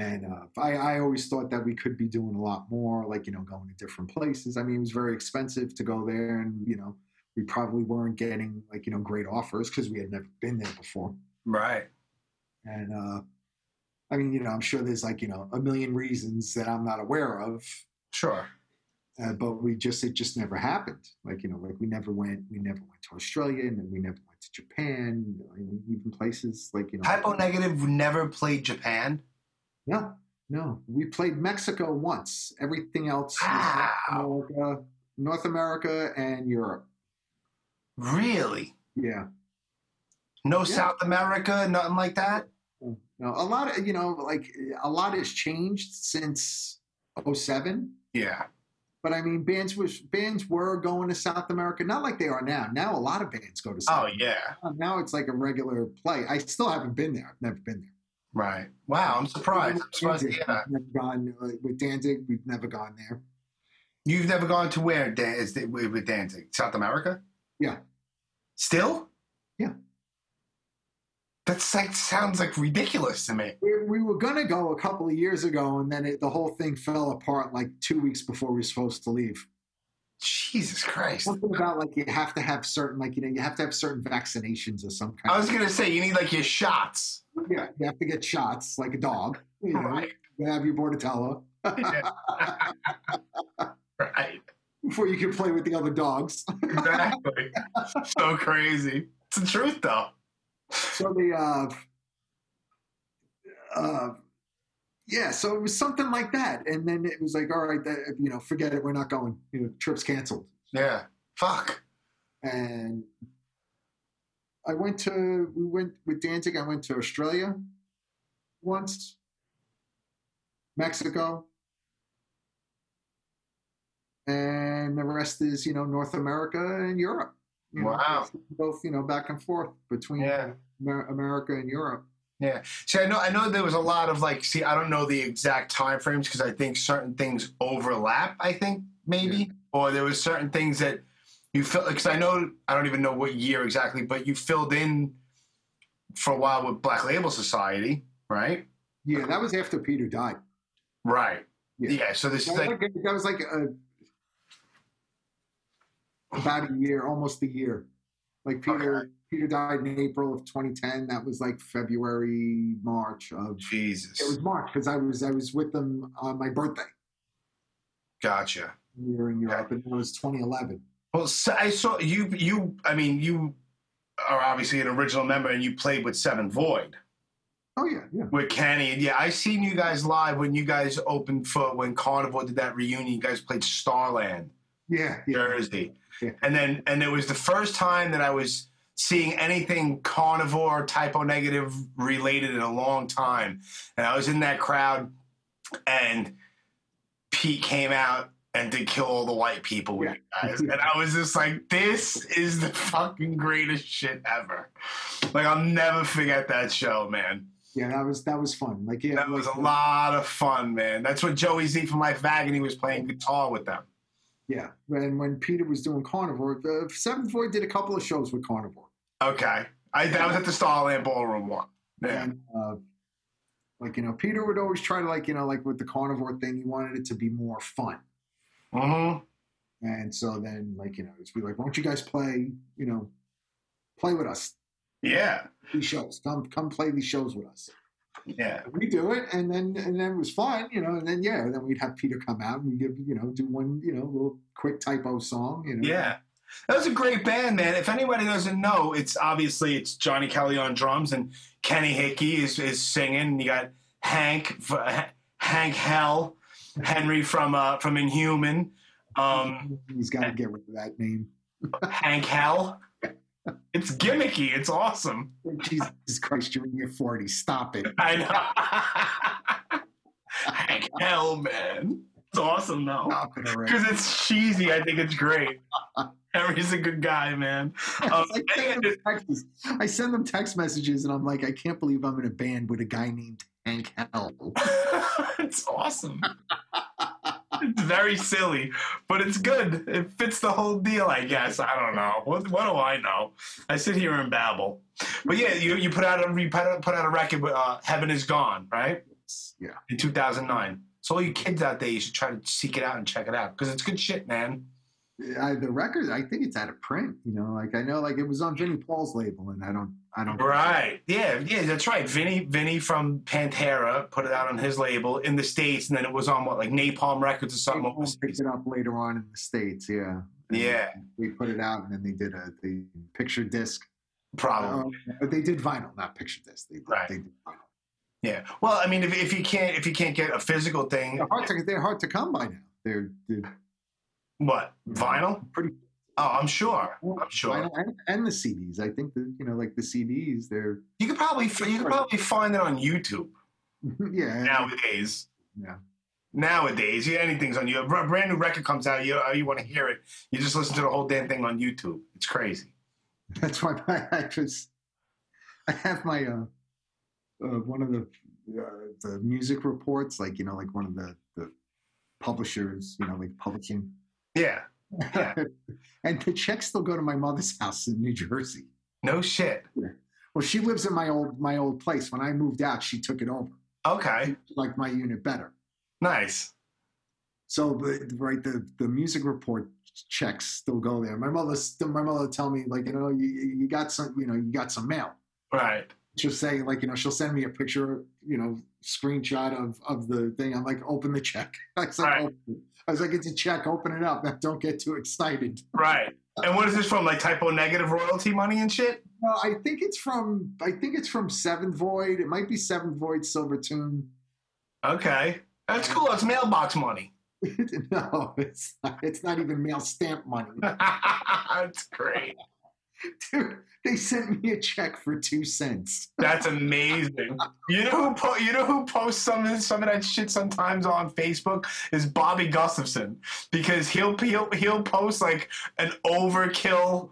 and uh, I, I always thought that we could be doing a lot more, like, you know, going to different places. I mean, it was very expensive to go there, and, you know, we probably weren't getting, like, you know, great offers because we had never been there before. Right. And, uh, I mean, you know, I'm sure there's, like, you know, a million reasons that I'm not aware of, Sure. uh, but we just, it just never happened. Like, you know, like we never went, we never went to Australia, and then we never went to Japan, I mean, even places like, you know. Hypo Negative never played Japan. No, no. We played Mexico once. Everything else was North America, North America and Europe. Really? Yeah. No South America, nothing like that. Now, a lot of, you know, like a lot has changed since 07. Yeah. But I mean, bands was bands were going to South America, not like they are now. Now a lot of bands go to Oh South. yeah. America. Now it's like a regular play. I still haven't been there. I've never been there. Right. Wow. I'm surprised. I'm surprised. Danzig, Yeah. I've never gone uh, with Danzig. We've never gone there. You've never gone to where Dan- is it with with Danzig? South America? Yeah. Still? Yeah. That's like sounds like ridiculous to me. we, we were going to go a couple of years ago, and then it, the whole thing fell apart like two weeks before we were supposed to leave. Jesus Christ. Something about like you have to have certain, like you know, you have to have certain vaccinations or some kind. I was gonna say you need like your shots. of, yeah, you have to get shots like a dog. You know, Right. you have your Bordetella Yeah. right. before you can play with the other dogs. Exactly. so crazy. It's the truth though. So the uh, uh, yeah, so it was something like that. And then it was like, all right, that, you know, forget it. We're not going. You know, trip's canceled. Yeah. Fuck. And I went to, we went with Danzig, I went to Australia once, Mexico. And the rest is, you know, North America and Europe. You know, Wow. both, you know, back and forth between Yeah. Amer- America and Europe. Yeah. See, I know, I know there was a lot of like. See, I don't know the exact time frames because I think certain things overlap. I think maybe, Yeah. or there was certain things that you felt because I know I don't even know what year exactly, but you filled in for a while with Black Label Society, right? Yeah, that was after Peter died. Right. Yeah. Yeah. so this is That, like, that was like a, about a year, almost a year. Like Peter, Peter died in April of 2010. That was like February, March of. Jesus. It was March because I was I was with them on my birthday. gotcha. We were in Europe, and it was 2011. Well, so I saw you. You. I mean, you are obviously an original member, and you played with Seven Void. Oh yeah, yeah. with Kenny. And yeah, I seen you guys live when you guys opened for when Carnival did that reunion. You guys played Starland, Yeah, yeah. Jersey, Yeah. and then and it was the first time that I was seeing anything carnivore typo negative related in a long time and i was in that crowd and pete came out and did kill all the white people with you guys and i was just like this is the fucking greatest shit ever like i'll never forget that show man Yeah, that was that was fun. Like yeah, that was like, a lot of fun, man. That's what Joey Z from Life of Agony was playing guitar with them. Yeah, when when Peter was doing Carnivore, uh, Seventh Void did a couple of shows with Carnivore. Okay. I, that was at the Starland Ballroom one. Yeah. And, uh, like, you know, Peter would always try to, like, you know, like with the carnivore thing, he wanted it to be more fun. hmm And so then, like, you know, it's be like, why don't you guys play, you know, play with us, Yeah. these shows, come, come play these shows with us. Yeah. And we do it. And then, and then it was fun, you know, and then, yeah, then we'd have Peter come out and we give, you know, do one, you know, little quick typo song, you know. Yeah. That was a great band, man. If anybody doesn't know, it's obviously it's Johnny Kelly on drums and Kenny Hickey is, is singing. And you got Hank f- Hank Hell, Henry from uh, from Inhuman, um, He's got to get rid of that name. Hank Hell. It's gimmicky. It's awesome. Jesus Christ, you're in your 40s. Stop it. I know. Hank Hell, man. It's awesome, though. Stop it already. Because it's cheesy. I think it's great. Henry's a good guy, man. Um, I send, them texts. I send them text messages and I'm like, I can't believe I'm in a band with a guy named Hank Hell. it's awesome. It's very silly, but it's good. It fits the whole deal, I guess. I don't know. What, what do I know? I sit here and babble. But yeah, you, you put out a you put out put out a record with uh, Heaven Is Gone, right? Yeah. in 2009. So all you kids out there, you should try to seek it out and check it out because it's good shit, man. I, the record, I think it's out of print. You know, like I know, like it was on Vinnie Paul's label, and I don't, I don't. Right? Yeah, yeah, that's right. Vinny, Vinny from Pantera put it out on his label in the states, and then it was on what like Napalm Records or something. Vinnie Paul picked overseas. it up later on in the states. Yeah. And Yeah, We put it out, and then they did a the picture disc. probably. Uh, but they did vinyl, not picture disc. They did, Oh. Right. they did vinyl. Yeah. Well, I mean, if, if you can't if you can't get a physical thing, They're hard to, they're hard to come by now. They're, they're what vinyl? pretty. Oh, I'm sure. I'm sure. vinyl and, and the CDs. I think the you know, like the CDs, they're You could probably f- you could probably find it on YouTube yeah. nowadays. Yeah. Nowadays, yeah, anything's on you. A br- brand new record comes out, you uh, you want to hear it, you just listen to the whole damn thing on YouTube. It's crazy. That's why my, I just I have my uh, uh one of the uh, the music reports, like you know, like one of the the publishers, you know, like publishing. Yeah, Yeah. and the checks still go to my mother's house in New Jersey. no shit. Well, she lives in my old my old place. When I moved out, she took it over, Okay, like my unit better. nice. So, but, right, the the music report checks still go there. My mother, still, my mother, would tell me like, you know, you, you got some, you know, you got some mail. Right. she'll say like you know she'll send me a picture you know screenshot of of the thing i'm like open the check i was like, Right. "Open it." I was like it's a check open it up don't get too excited Right. And what is this from? Like typo negative royalty money and shit? well i think it's from i think it's from seven void it might be seven void silver tune Okay. That's cool. That's mailbox money. no, it's not, it's not even mail stamp money. That's great. Dude, they sent me a check for two cents. That's amazing. You know who po- you know who posts some of this- some of that shit sometimes on Facebook is Bobby Gustafson because he'll he'll, he'll post like an overkill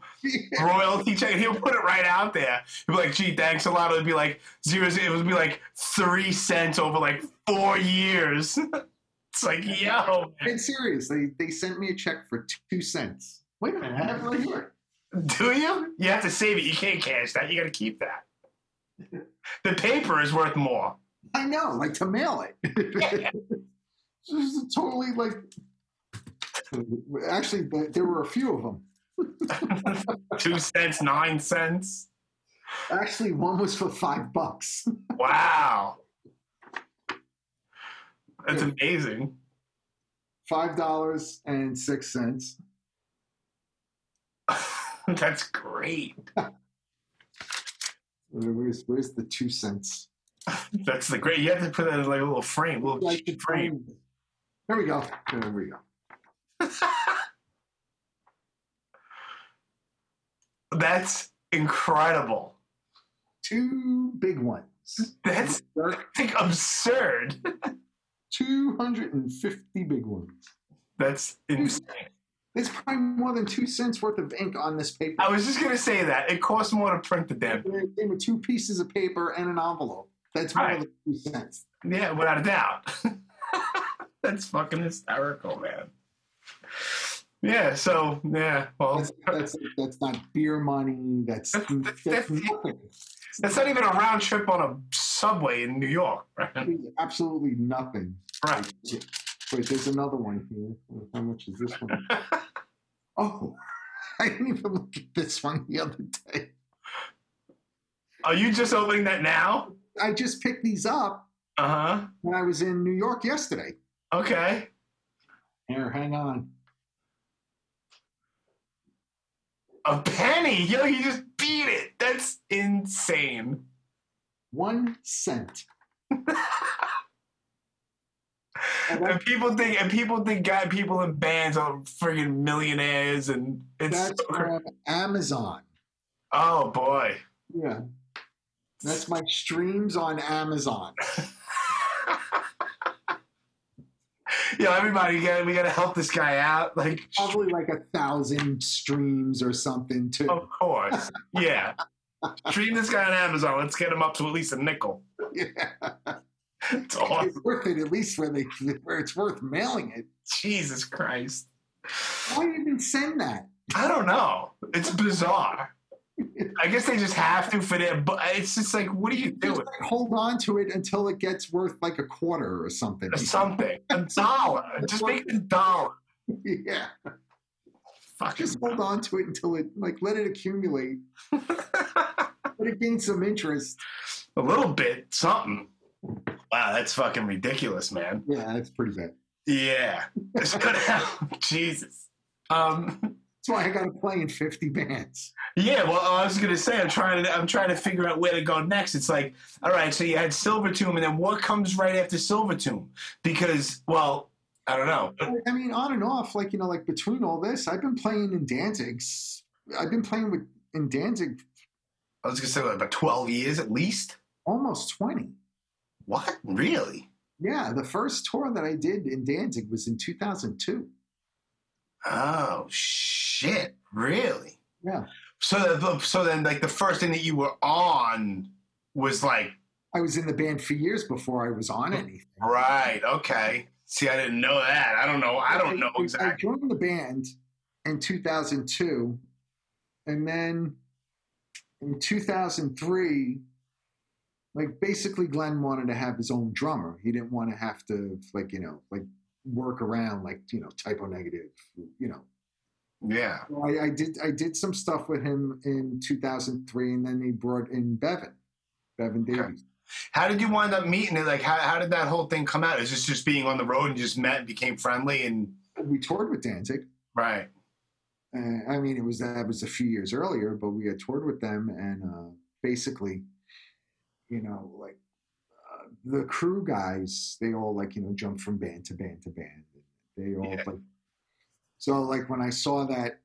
royalty check and he'll put it right out there. He'll be like, "Gee, thanks a lot." It'd be like zero. It would be like three cents over like four years. It's like, yo, man. And serious, they, they sent me a check for two cents. Wait a minute, I have it right here. do you? You have to save it. You can't cash that. You got to keep that. The paper is worth more. I know, like to mail it. this is totally like. Actually, but there were a few of them. Two cents, nine cents. Actually, one was for five bucks. Wow. That's amazing. Five dollars and six cents. That's great. Where's where's the two cents? That's the great. You have to put that in like a little frame, little Like the frame. frame. There we go. There we go. That's incredible. Two big ones. That's like absurd. Two hundred and fifty big ones. That's insane. There's probably more than two cents worth of ink on this paper. I was just gonna say that it costs more to print the damn. They they were two pieces of paper and an envelope. That's more Right. than two cents. Yeah, without a doubt. That's fucking hysterical, man. Yeah. So yeah. Well, That's, that's, that's not beer money. That's That's- that's- that's, that's- nothing. that's not even a round trip on a subway in New York, right? Absolutely nothing. Right. Wait, there's another one here. How much is this one? oh, I didn't even look at this one the other day. Are you just opening that now? I just picked these up Uh when I was in New York yesterday. huh. Okay. Here, hang on. A penny. Yo, you just beat it. That's insane. One cent. And And that- people think and people think guy people in bands are friggin' millionaires and it's that's so cr- from Amazon. oh boy. Yeah. That's my streams on Amazon. Yo, everybody, we gotta, we gotta help this guy out. Like, Probably like a thousand streams or something too. of course, yeah. Stream this guy on Amazon. Let's get him up to at least a nickel. Yeah. It's awesome. It's worth it at least where they where it's worth mailing it. Jesus Christ. Why even send that? I don't know. It's bizarre. I guess they just have to for their. But it's just like, what do you do Just with like hold on to it until it gets worth like a quarter or something. something? A dollar. Just make it a dollar. yeah. Fucking. Just hold on to it until it like let it accumulate. Let it gain some interest. a little bit, something. Wow, that's fucking ridiculous, man. Yeah, that's pretty bad. Yeah. It's good. Jesus. Um, That's why I gotta play in fifty bands. yeah, well, I was gonna say I'm trying to I'm trying to figure out where to go next. It's like, all right, so you had Silver Tomb, and then what comes right after Silver Tomb? Because, well, I don't know. I mean, on and off, like you know, like between all this, I've been playing in Danzig's. I've been playing with in Danzig I was gonna say like about 12 years at least. almost twenty. What? Really? Yeah, the first tour that I did in Danzig was in 2002. Oh shit! Really? Yeah. So, the, so then, like the first thing that you were on was like, I was in the band for years before I was on anything. right? Okay. See, I didn't know that. I don't know. I don't know I exactly. joined the band in 2002, and then in 2003, like basically Glenn wanted to have his own drummer. He didn't want to have to like you know like work around like you know typo negative you know Yeah. Well, I, I did I did some stuff with him in 2003, and then he brought in Bevan, Bevan Okay. Davies. How did you wind up meeting it? Like, how, how did that whole thing come out? Is this just being on the road and just met and became friendly and We toured with Danzig. right? Uh, I mean, it was that was a few years earlier, but we had toured with them, and uh, basically, you know, like uh, the crew guys, they all like you know jump from band to band to band. They all Yeah. like. So like when I saw that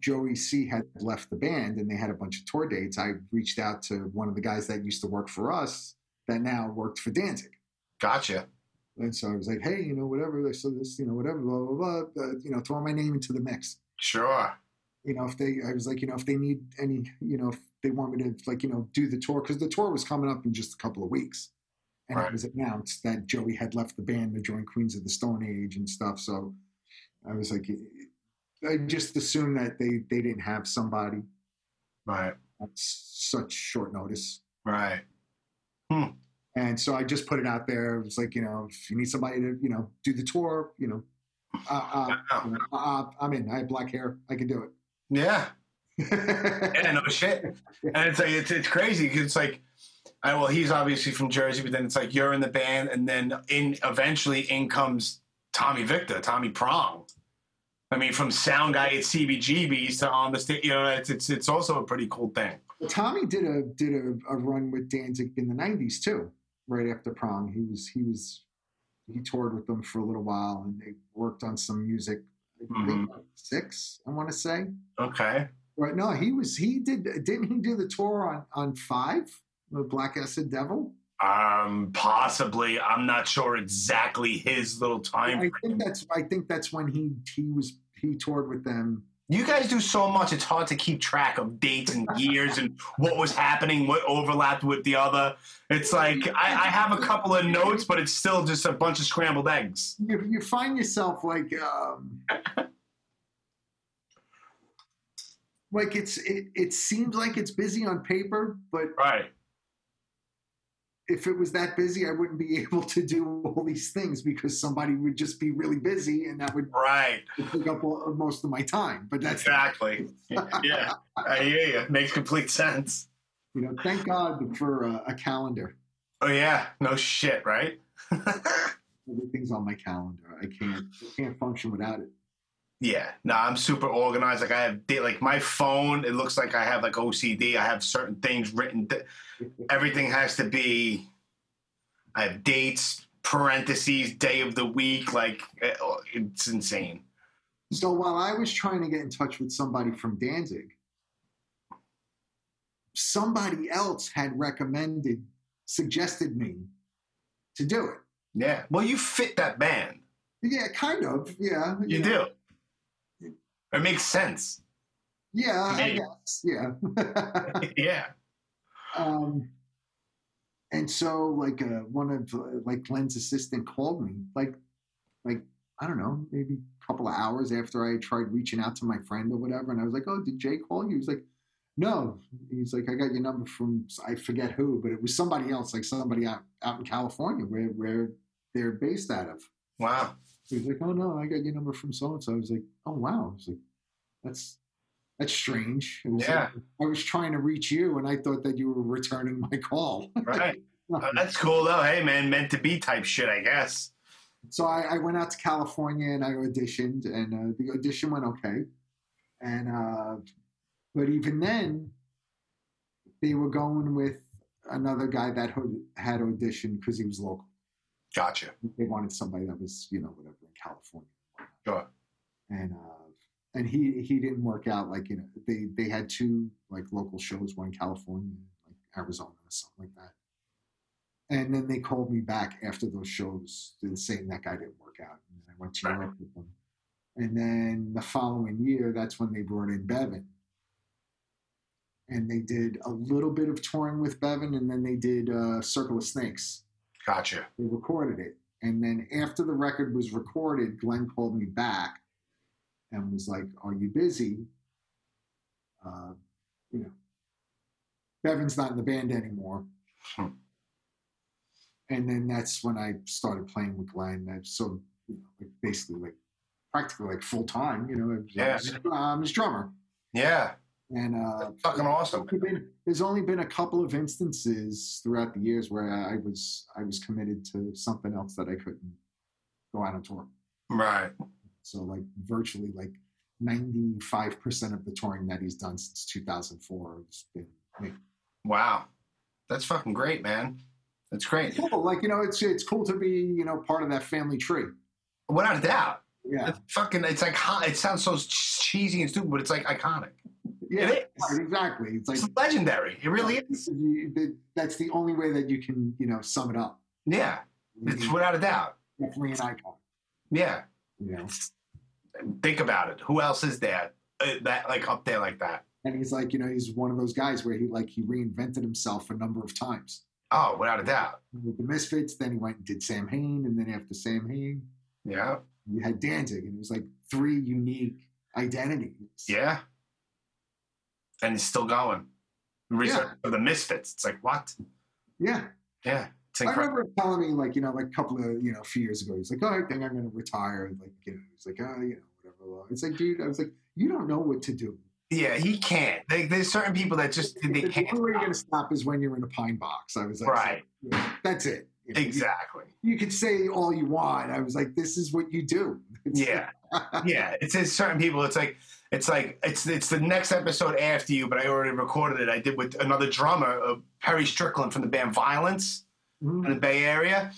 Joey C had left the band and they had a bunch of tour dates, I reached out to one of the guys that used to work for us that now worked for Danzig. Gotcha. And so I was like, hey, you know, whatever. I saw this, you know, whatever, blah blah blah. Uh, you know, throw my name into the mix Sure. you know, if they, I was like, you know, if they need any, you know, if they want me to, like, you know, do the tour, because the tour was coming up in just a couple of weeks. And Right. it was announced that Joey had left the band to join Queens of the Stone Age and stuff. So I was like, I just assumed that they, they didn't have somebody Right. at such short notice. Right. And so I just put it out there. It was like, you know, if you need somebody to, you know, do the tour, you know, uh, uh, you know, uh, uh, I'm in. I have black hair. I can do it. Yeah. Yeah, no shit. And it's like it's, it's crazy because it's like, I, well, he's obviously from Jersey, but then it's like you're in the band, and then in eventually in comes Tommy Victor, Tommy Prong. I mean, from sound guy at CBGBs to on the stage, you know, it's, it's it's also a pretty cool thing. Tommy did a did a, a run with Danzig in the '90s too. Right after prom, he was he was he toured with them for a little while, and they worked on some music. I think six, I want to say. Okay. Right? No, he was he did didn't he do the tour on on five with Black Acid Devil? Um, possibly. I'm not sure exactly his little time. I frame. think that's I think that's when he he was he toured with them. You guys do so much; it's hard to keep track of dates and years and what was happening, what overlapped with the other. It's like I, I have a couple of notes, but it's still just a bunch of scrambled eggs. You, you find yourself like um, like it's it, it seems like it's busy on paper, but Right. if it was that busy, I wouldn't be able to do all these things because somebody would just be really busy, and that would Right. take up all, most of my time. But that's Exactly. Yeah, I hear you. Makes complete sense. you know, thank God for a, a calendar. Oh yeah, no shit, right? Everything's on my calendar. I can't I can't function without it. Yeah, no, I'm super organized. Like I have, da- like my phone, it looks like I have like OCD. I have certain things written. Th- everything has to be. I have dates, parentheses, day of the week. Like eh, oh, it's insane. So while I was trying to get in touch with somebody from Danzig, somebody else had recommended, suggested me to do it. Yeah. Well, you fit that band. Yeah, kind of. Yeah, You yeah. do. It makes sense. Yeah, I Yeah. guess. Yeah. yeah. um, and so like uh, one of uh, like Glenn's assistant called me like like I don't know maybe a couple of hours after I tried reaching out to my friend or whatever and I was like oh did Jay call you he's like no he's like I got your number from I forget who but it was somebody else like somebody out out in California where where they're based out of Wow. he was like oh no I got your number from so and so I was like oh wow I was like that's that's strange It was like, Yeah. I was trying to reach you, and I thought that you were returning my call. Right. Uh, That's cool though. Hey man, meant to be type shit, I guess. so I, I went out to California and I auditioned, and uh, the audition went okay. And uh, but even then, they were going with another guy that ho- had auditioned because he was local. Gotcha. They wanted somebody that was, you know, whatever in California. Sure. And uh, and he he didn't work out. Like you know, they they had two like local shows, one in California, like Arizona, or something like that. And then they called me back after those shows, and saying that guy didn't work out. And I went to Right. Europe with them. And then the following year, that's when they brought in Bevan. And they did a little bit of touring with Bevan, and then they did uh, Circle of Snakes Gotcha. they recorded it. And then after the record was recorded, Glenn called me back and was like, Are you busy? Uh, you know, Bevan's not in the band anymore. Hmm. And then that's when I started playing with Glenn. I, so, you know, like basically, like practically like full time, you know, I was- Yeah. I'm his drummer. Yeah. And uh, That's fucking awesome. there's only been- there's only been a couple of instances throughout the years where I was I was committed to something else that I couldn't go out on tour. Right. So like virtually like 95% of the touring that he's done since 2004 has been me. Wow. That's fucking great, man. That's great. cool. Like you know, it's it's cool to be you know part of that family tree. Without a doubt. Yeah, It's fucking, it's like, it sounds so cheesy and stupid, but it's like iconic. yeah, It is. right, exactly. It's like It's legendary. It really is. you- that- that's the only way that you can you know sum it up. Yeah. Mm-hmm. It's without a doubt. definitely an icon. Yeah. You know, Think about it. Who else is there uh, that like up there like that? and he's like you know he's one of those guys where he like he reinvented himself a number of times. Oh, without a doubt. With the Misfits, then he went and did Sam Hain, and then after Sam Hain, Yeah. you had Danzig, and it was like three unique identities. Yeah. And it's still going. Research for the misfits. It's like, what? yeah. Yeah. It's I incredible. remember him telling me, like, you know, like a couple of, you know, a few years ago, he's like, oh, I think I'm going to retire. Like, you know, he's like, oh, you know, whatever. It's like, dude, I was like, you don't know what to do. Yeah, he can't. Like, there's certain people that just, they the can't. only way you're going to stop is when you're in a pine box. I was like, Right. that's it. You know, Exactly. You, you could say all you want. I was like, this is what you do. It's like- Yeah. yeah. It's, it's certain people. It's like, it's like it's it's the next episode after you, but I already recorded it. I did with another drummer, uh, Perry Strickland from the band Violence. Mm-hmm. in the Bay Area,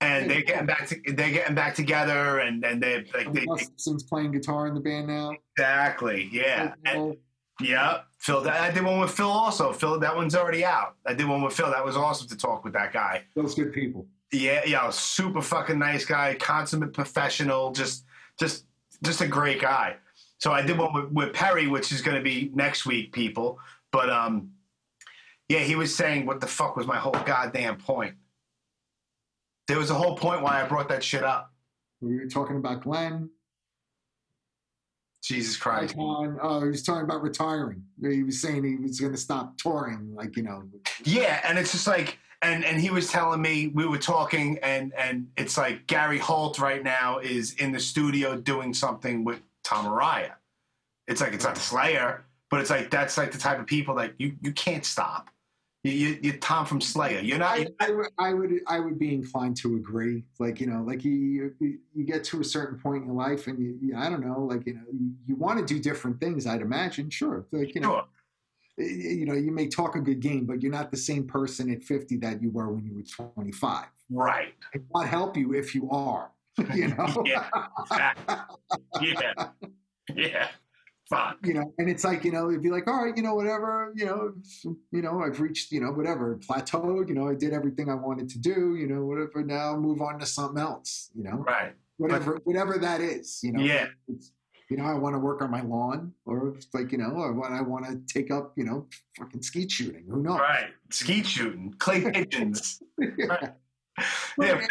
and they're getting back to, they're getting back together, and and they like they Austin's playing guitar in the band now. exactly yeah And- Well, yeah. Phil, that, I did one with Phil also. Phil, that one's already out. I did one with Phil. That was awesome to talk with that guy. Those good people. Yeah, yeah, super fucking nice guy, consummate professional, just just just a great guy. So I did one with, with Perry, which is going to be next week, people. But um, yeah, he was saying what the fuck was my whole goddamn point. There was a whole point why I brought that shit up. We were talking about Glenn. Jesus Christ. Icon. Oh, he was talking about retiring. He was saying he was going to stop touring, like, you know, Yeah, and it's just like and and he was telling me we were talking and and it's like Gary Holt right now is in the studio doing something with Tom Araya. It's like it's not the Slayer, but it's like that's like the type of people like you you can't stop. You, you you're Tom from Slayer. You're not I, I, would- I would I would be inclined to agree. Like you know, like you you you get to a certain point in life, and you, you- I don't know, like you know, you, you want to do different things. I'd imagine, sure. Like you know, sure. y- you know, you may talk a good game, but you're not the same person at 50 that you were when you were 25. right. It won't help you if you are. You know, Yeah. Exactly. yeah. Yeah. Fuck. you know, and it's like you know, it'd be like, all right, you know, whatever, you know, you know, I've reached, you know, whatever, plateaued. You know, I did everything I wanted to do. You know, whatever. Now move on to something else. You know, Right. whatever whatever that is you know Yeah. it's, you know i want to work on my lawn or it's like you know or when i want to take up you know fucking skeet shooting who knows Right. Skeet shooting. Clay pigeons. Right. Yeah.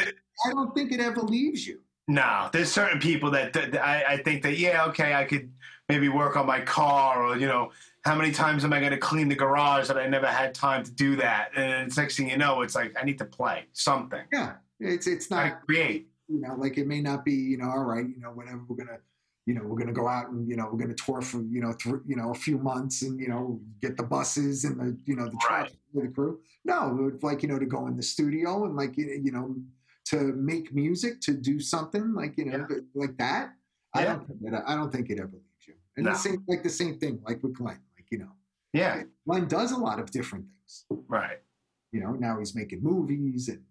i don't think it ever leaves you No, there's certain people that, that, that I, I think that yeah, okay, I could maybe work on my car, or you know, how many times am I going to clean the garage that I never had time to do that? And then next thing you know, it's like I need to play something. yeah it's it's I not create. you know like it may not be you know all right you know whatever we're gonna you know we're gonna go out and you know we're gonna tour for you know thr you know a few months and you know get the buses and the you know the Right. trucks with the crew no it's like you know to go in the studio and like you you know to make music to do something like you know Yeah. th- like that i Yeah. don't think that, i don't think it ever leaves you and No. the same like the same thing like with glenn like you know Yeah, glenn does a lot of different things right. you know now he's making movies and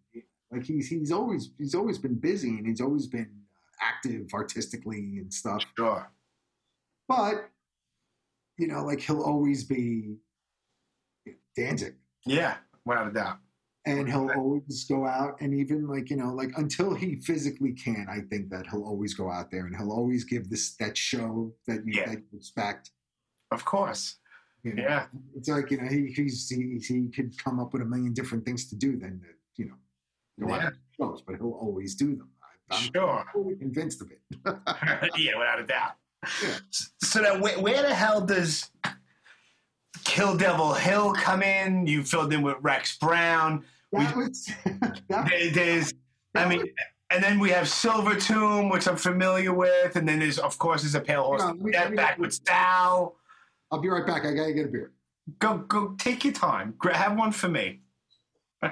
like he's he's always he's always been busy and he's always been active artistically and stuff Sure. but you know like he'll always be Danzig Yeah, without a doubt. and he'll always go out and even like you know like until he physically can I think that he'll always go out there and he'll always give this that show that you, Yeah. that you expect Of course. you know? Yeah, it's like you know he he's, he he could come up with a million different things to do than to, you know go out Yeah. and do shows, but he'll always do them. I, I'm sure. totally convinced of it. yeah, without a doubt. Yeah. So now, where, where the hell does Kill Devil Hill come in? You filled in with Rex Brown. That was that, There- there's I mean and then we have Silver Tomb, which I'm familiar with, and then there's of course there's a pale horse Hang on, let me- Death let me- back with Sal. I'll be right back. I gotta get a beer. Go go take your time. Gra- Have one for me.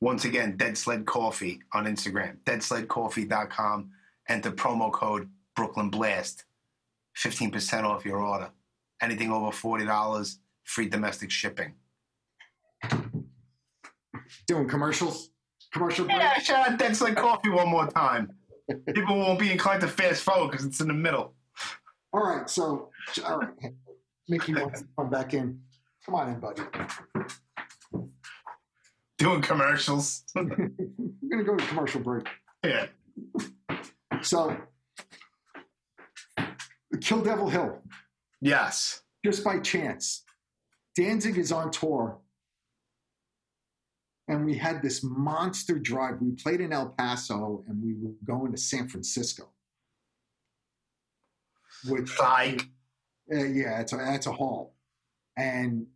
Once again, Dead Sled Coffee on Instagram, deadsledcoffee.com. Enter promo code Brooklyn Blast, 15% off your order. Anything over forty dollars, free domestic shipping. Doing commercials. Commercial break. Yeah, shout out Dex like coffee one more time. People won't be inclined to fast forward because it's in the middle. All right, so all right, Mickey wants to come back in. Come on in, buddy. Doing commercials. We're gonna go to commercial break. yeah. So, Kill Devil Hill, Yes. just by chance, Danzig is on tour, and we had this monster drive. We played in El Paso, and we were going to San Francisco, which Like Uh, yeah, it's a, that's a haul. And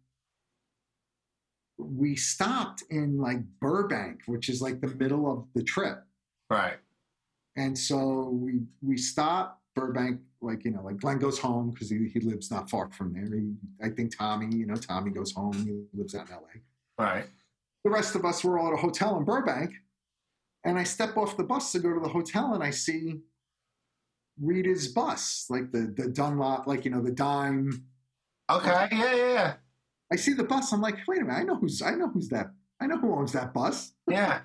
we stopped in like Burbank, which is like the middle of the trip. right. And so we we stopped Burbank, like you know, like Glenn goes home because he, he lives not far from there. He, I think Tommy, you know, Tommy goes home. He lives out in L.A. Right. The rest of us were all at a hotel in Burbank, and I step off the bus to go to the hotel, and I see Rita's bus, like the the Dunlop, like you know, the dime Okay. Yeah. Yeah. Yeah. I see the bus. I'm like, wait a minute. I know who's. I know who's that. I know who owns that bus. Yeah.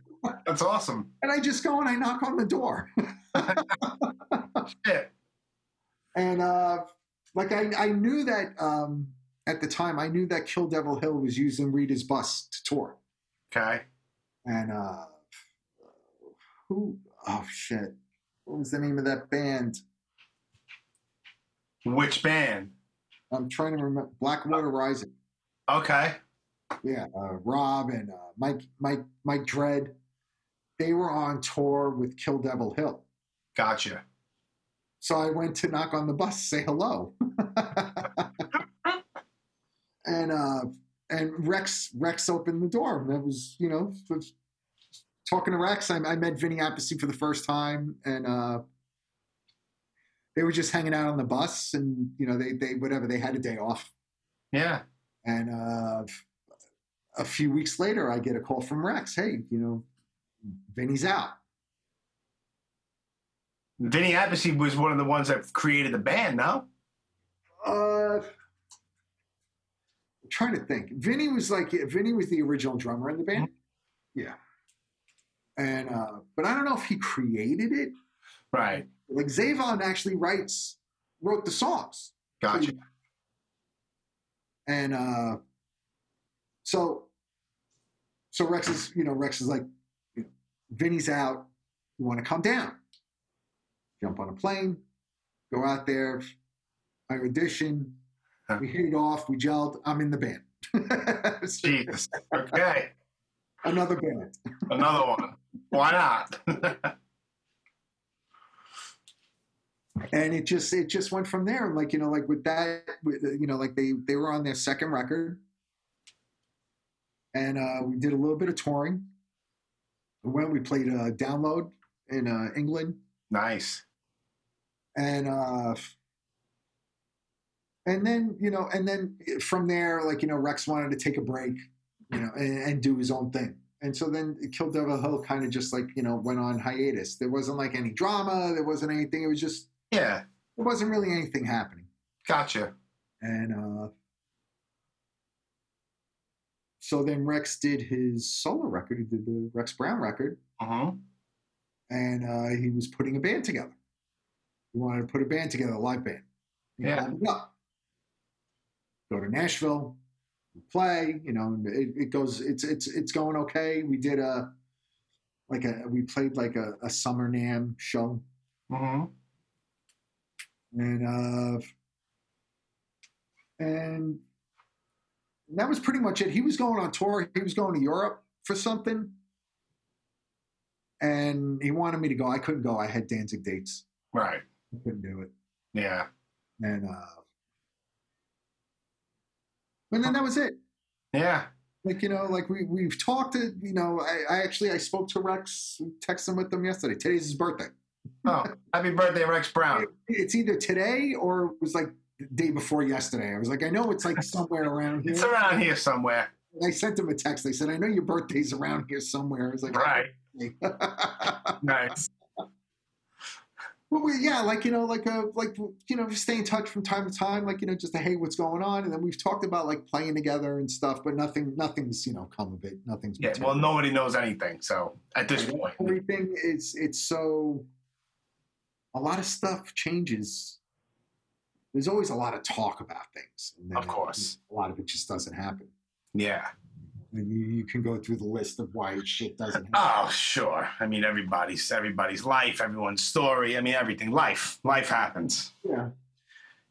That's awesome. And I just go and I knock on the door. Shit. And uh, like I, I knew that um, at the time. I knew that Kill Devil Hill was using Rita's bus to tour. Okay. And uh, who? Oh shit! What was the name of that band? Which band? I'm trying to remember. Blackwater Rising. Okay. yeah, uh, Rob and uh, Mike, Mike, Mike Dredd. They were on tour with Kill Devil Hill. Gotcha. So I went to knock on the bus, say hello. and uh, and Rex Rex opened the door. And that was, you know, was talking to Rex. I, I met Vinny Appice for the first time, and uh, they were just hanging out on the bus, and you know, they they whatever they had a day off. Yeah. And uh, a few weeks later, I get a call from Rex. Hey, you know, Vinny's out. Vinny Appice was one of the ones that created the band. No. Uh, I'm trying to think. Vinny was like Vinny was the original drummer in the band. Yeah. And uh, but I don't know if he created it. Right. Like Zavon actually writes wrote the songs. Gotcha. And uh, so so Rex is you know Rex is like you know, Vinny's out. You want to come down? Jump on a plane, go out there. I audition. We hit it off. We gelled. I'm in the band. It's Jesus. Okay. Another band. Another one. Why not? and it just it just went from there and like you know like with that with, uh, you know like they they were on their second record and uh we did a little bit of touring we went we played uh download in uh england nice. and uh and then you know and then from there like you know rex wanted to take a break you know and, and do his own thing and so then kill devil hill kind of just like you know went on hiatus there wasn't like any drama there wasn't anything it was just Yeah. there wasn't really anything happening. Gotcha. And uh, so then Rex did his solo record. He did the Rex Brown record, Uh-huh. and uh, he was putting a band together. He wanted to put a band together, a live band. He Yeah. called me up. Go to Nashville, play. You know, and it, it goes. It's it's it's going okay. We did a like a we played like a, a summer Nam show Uh-huh. and uh, and that was pretty much it. He was going on tour. He was going to Europe for something, and he wanted me to go. I couldn't go. I had Danzig dates. Right. I couldn't do it. Yeah. And uh, and then that was it. Yeah. Like you know, like we we've talked to you know. I, I actually I spoke to Rex, texted him with them yesterday. Today's his birthday. Oh, happy birthday, Rex Brown. it's either today or it was like the day before yesterday. I was like, I know it's like somewhere around It's here. around here somewhere. And I sent him a text. I said, I know your birthday's around here somewhere. I was like, Right. "Okay." Nice. Well, we, yeah, like you know, like a like you know, stay in touch from time to time, like you know, just to, hey, what's going on? And then we've talked about like playing together and stuff, but nothing, nothing's you know come of it. Nothing's Yeah, well, material. nobody knows anything. So at this point, everything is it's so a lot of stuff changes. There's always a lot of talk about things, and then Of course. a lot of it just doesn't happen. yeah. And you, you can go through the list of why shit doesn't happen. Oh, sure. I mean, everybody's everybody's life, everyone's story. I mean, everything. Life, life happens. Yeah.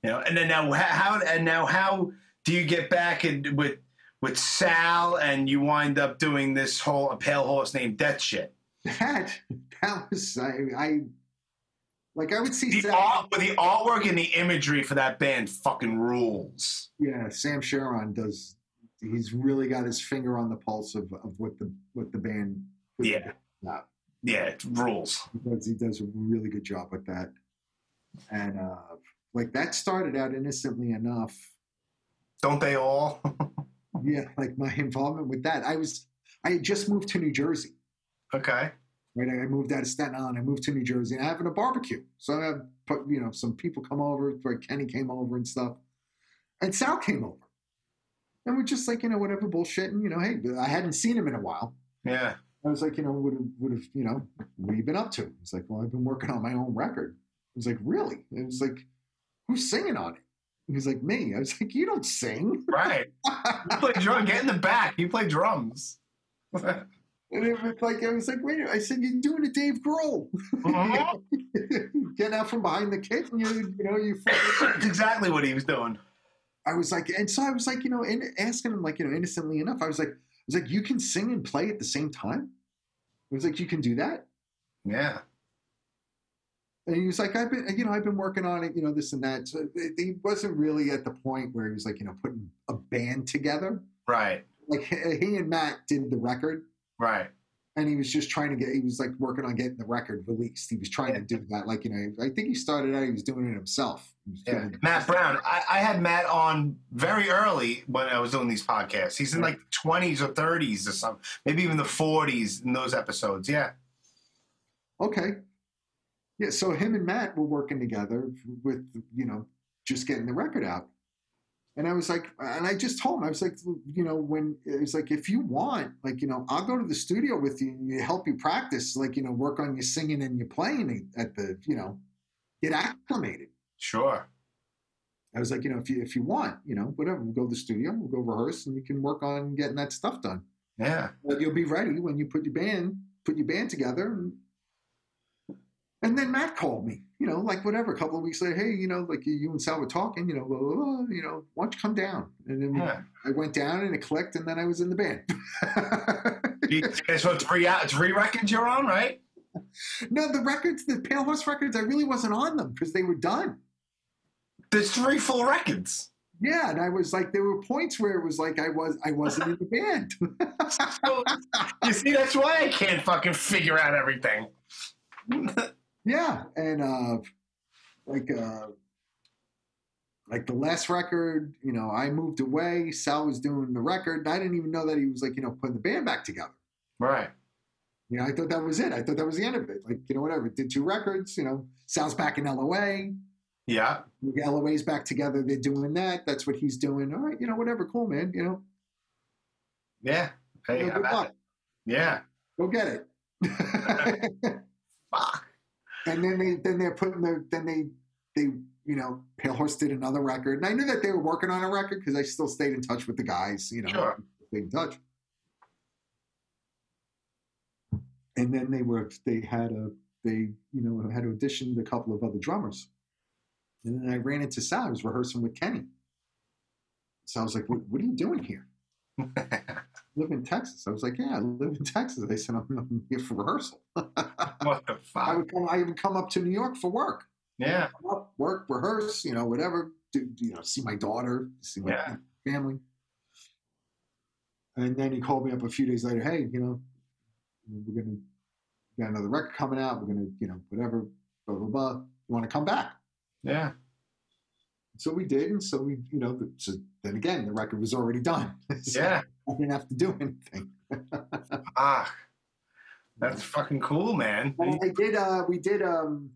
You know. And then now, h- how? And now, how do you get back in with with Sal, and you wind up doing this whole a pale horse named Death shit? That that was I, I like I would see The Sam, art, but the artwork and the imagery for that band fucking rules. yeah Sam Sharon does he's really got his finger on the pulse of, of what the what the band Yeah. Yeah. Yeah, it rules. he does he does a really good job with that and uh like that started out innocently enough Don't they all? yeah like my involvement with that I was I had just moved to New Jersey okay. right? I moved out of Staten Island. I moved to New Jersey, and I'm having a barbecue. So I have, put- you know, some people come over. Like Kenny came over and stuff, and Sal came over, and we're just like, you know, whatever bullshit. And you know, hey, I hadn't seen him in a while. Yeah. I was like, you know, would have, would have, you know, what have you been up to? He's like, well, I've been working on my own record. I was like, really? And it was like, who's singing on it? He was like, me. I was like, you don't sing. Right. You play drum. Get in the back. You play drums. and it was like, I was like, wait, a minute. I said, you're doing a Dave Grohl. Mhm. Get out from behind the kit, and you, you know, you. That's exactly what he was doing. I was like, and so I was like, you know, in, asking him like, you know, innocently enough, I was like, I was like, you can sing and play at the same time. I was like, you can do that. Yeah. And he was like, I've been, you know, I've been working on it, you know, this and that. So it- he wasn't really at the point where he was like, you know, putting a band together. Right. Like he and Matt did the record, Right. and he was just trying to get. He was like working on getting the record released. He was trying to do that. Like you know, I think he started out. He was doing it himself. He was Yeah. doing- Matt Brown. I, I had Matt on very early when I was doing these podcasts. He's in like the twenties or thirties or something, maybe even the forties in those episodes. Yeah. Okay. Yeah, so him and Matt were working together with, you know, just getting the record out. And I was like, and I just told him, I was like, you know, when it's like, if you want, like, you know, I'll go to the studio with you and you help you practice, like, you know, work on your singing and your playing at the, you know, get acclimated. Sure. I was like, you know, if you if you want, you know, whatever, we'll go to the studio, we'll go rehearse, and you can work on getting that stuff done Yeah. that you'll be ready when you put your band put your band together and, and then matt called me you know like whatever a couple of weeks later hey you know like you, you and sal were talking you know blah, blah, blah, you know why don't you come down and then Yeah. i went down and it clicked and then i was in the band Jesus. so three out three records you're on, right? no the records the pale horse records i really wasn't on them because they were done There's three full records. yeah and i was like there were points where it was like i was i wasn't in the band So, you see, that's why I can't fucking figure out everything. Yeah, and uh, like uh, like the last record, you know, I moved away. Sal was doing the record, and I didn't even know that he was like you know putting the band back together. Right. You know, I thought that was it. I thought that was the end of it. Like you know, whatever. Did two records. You know, Sal's back in LOA. Yeah. LOA's back together. They're doing that. That's what he's doing. All right, you know, whatever. Cool, man. You know, Yeah. Hey, you know, how good about luck. it? Yeah. Go get it. Fuck. and then they then they're putting their then they they you know pale horse did another record and i knew that they were working on a record because i still stayed in touch with the guys you know Sure. stayed in touch and then they were they had a they you know had auditioned a couple of other drummers and then i ran into sal i was rehearsing with kenny so i was like what, what are you doing here live in texas i was like yeah i live in texas they said i'm, I'm here for rehearsal What the i fuck? would come i would come up to new york for work Yeah. come up, work, rehearse, you know, whatever. Do, do, you know, see my daughter, see my Yeah. family. And then he called me up a few days later. Hey, you know, we're gonna got another record coming out. We're gonna, you know, whatever, blah blah blah. You want to come back? Yeah. So we did, and so we, you know, the- so then again, the record was already done. So Yeah. I didn't have to do anything. Ah, that's fucking cool, man. Well, I did. Uh, we did. Um,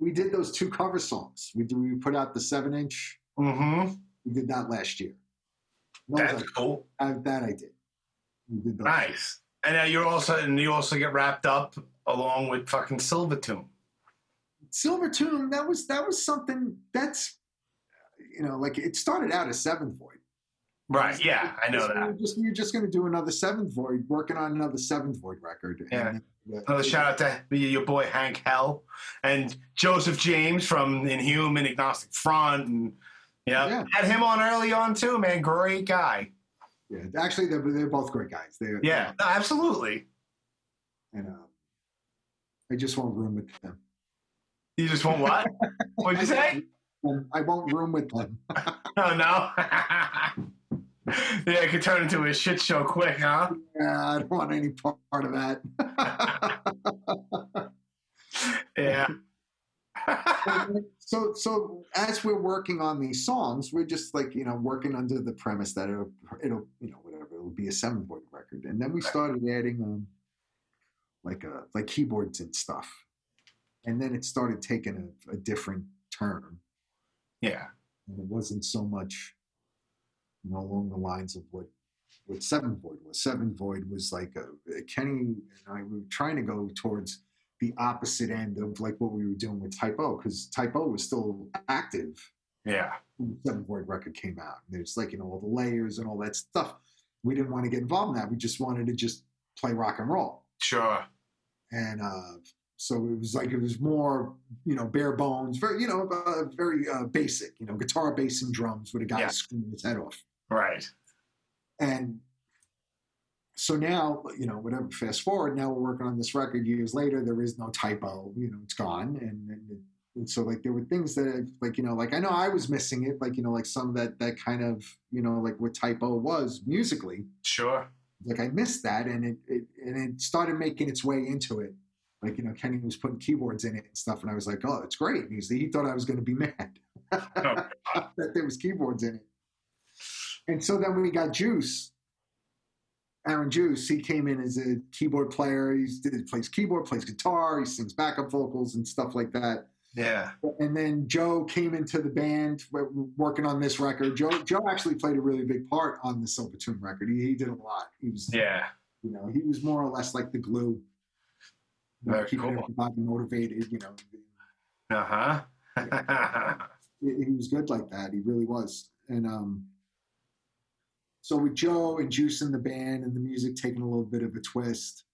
we did those two cover songs. We do, we put out the seven inch. Mm-hmm. We did that last year. And I was That's cool. like, I- that I did. We did those. Nice. And uh, you're also and you also get wrapped up along with fucking Silvertune. Silver Tomb. That was that was something that's you know like it started out as Seventh Void. Right. Yeah, I know Just- we that. were Just, we were just going to do another Seventh Void, working on another Seventh Void record. Yeah. And- Another shout out to your boy Hank Hell and Joseph James from Inhuman, Agnostic Front, and yeah, Yeah. had him on early on too, man. Great guy. Yeah, actually, they're, they're both great guys. They're, Yeah, no, absolutely. and um, I just won't room with them. You just want what? What'd you say? Um, I won't room with them. Oh no. yeah, it could turn into a shit show quick, huh? Yeah, I don't want any part of that. Yeah. so, so as we're working on these songs, we're just like you know working under the premise that it'll, it'll you know whatever it'll be a seven void record, and then we started adding um, like a like keyboards and stuff, and then it started taking a, a different turn. yeah. and it wasn't so much you know, along the lines of what what Seven Void was. Seven Void was like a, Kenny and I we were trying to go towards the opposite end of like what we were doing with Typo because Typo was still active Yeah. when the Seven Void record came out. There's like you know all the layers and all that stuff. We didn't want to get involved in that. We just wanted to just play rock and roll Sure. and uh, so it was like it was more you know bare bones very you know uh, very uh, basic you know guitar bass and drums with a guy Yeah. screaming his head off Right. and so now you know whatever fast forward now we're working on this record years later there is no typo you know it's gone and, and, it, and so like there were things that like you know like i know i was missing it like you know like some of that that kind of you know like what typo was musically Sure. like I missed that, and it, it and it started making its way into it. Like you know, Kenny was putting keyboards in it and stuff, and I was like, "Oh, it's great." And he's, he thought I was going to be mad that there was keyboards in it. And so then we got Juice, Aaron Juice. He came in as a keyboard player. He's- He plays keyboard, plays guitar, he sings backup vocals and stuff like that Yeah. and then Joe came into the band w- w- working on this record. Joe Joe actually played a really big part on the Silver Tomb record. He, he did a lot. He was Yeah. you know he was more or less like the glue, you know, Very keeping cool. everybody motivated. You know, Uh huh. he, he was good like that. He really was. And um, so with Joe and Juice in the band and the music taking a little bit of a twist.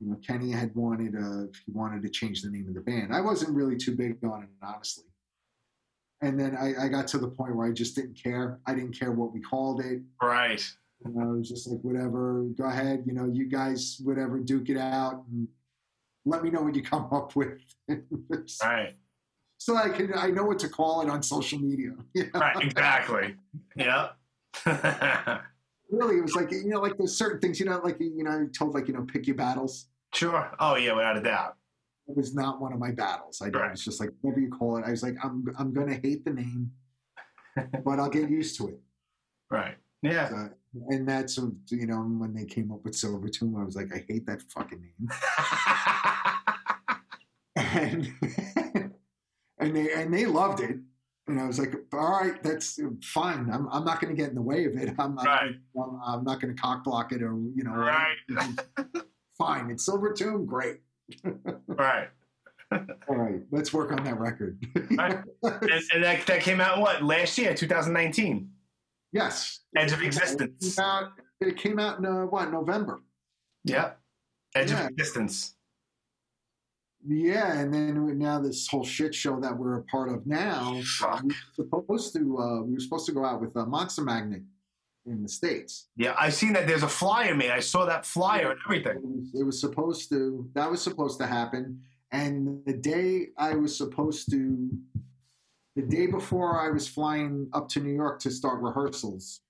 You know, Kenny had wanted uh he wanted to change the name of the band. I wasn't really too big on it, honestly. And then I, I got to the point where I just didn't care. I didn't care what we called it. right. You know, I was just like, whatever, go ahead. You know, you guys, whatever, duke it out, and let me know what you come up with. Right. so I can, I know what to call it on social media. you know? Right. Exactly. Yeah. really it was like you know like there's certain things you know like you know I told like you know pick your battles sure. Oh yeah, without a doubt. it was not one of my battles i Right. was just like whatever you call it i was like i'm i'm gonna hate the name but i'll get used to it Right. Yeah. So, and that's uh, you know when they came up with silver tomb i was like i hate that fucking name and and they and they loved it and i was like all right that's fine i'm, I'm not gonna get in the way of it i'm, right. I'm, I'm not gonna cock block it or you know Right. fine it's silver tomb great Right. All right, let's work on that record. Right. And, and that, that came out what last year, 2019. yes. Edge of It Existence. came out, it came out in uh, what November? Yep. Edge Yeah. of Existence. Yeah, and then now this whole shit show that we're a part of now. Fuck. We were supposed to uh, we were supposed to go out with uh, Monster Magnet in the states. Yeah, I've seen that. There's a flyer, man. I saw that flyer and everything. It was, it was supposed to that was supposed to happen, and the day I was supposed to, the day before I was flying up to New York to start rehearsals,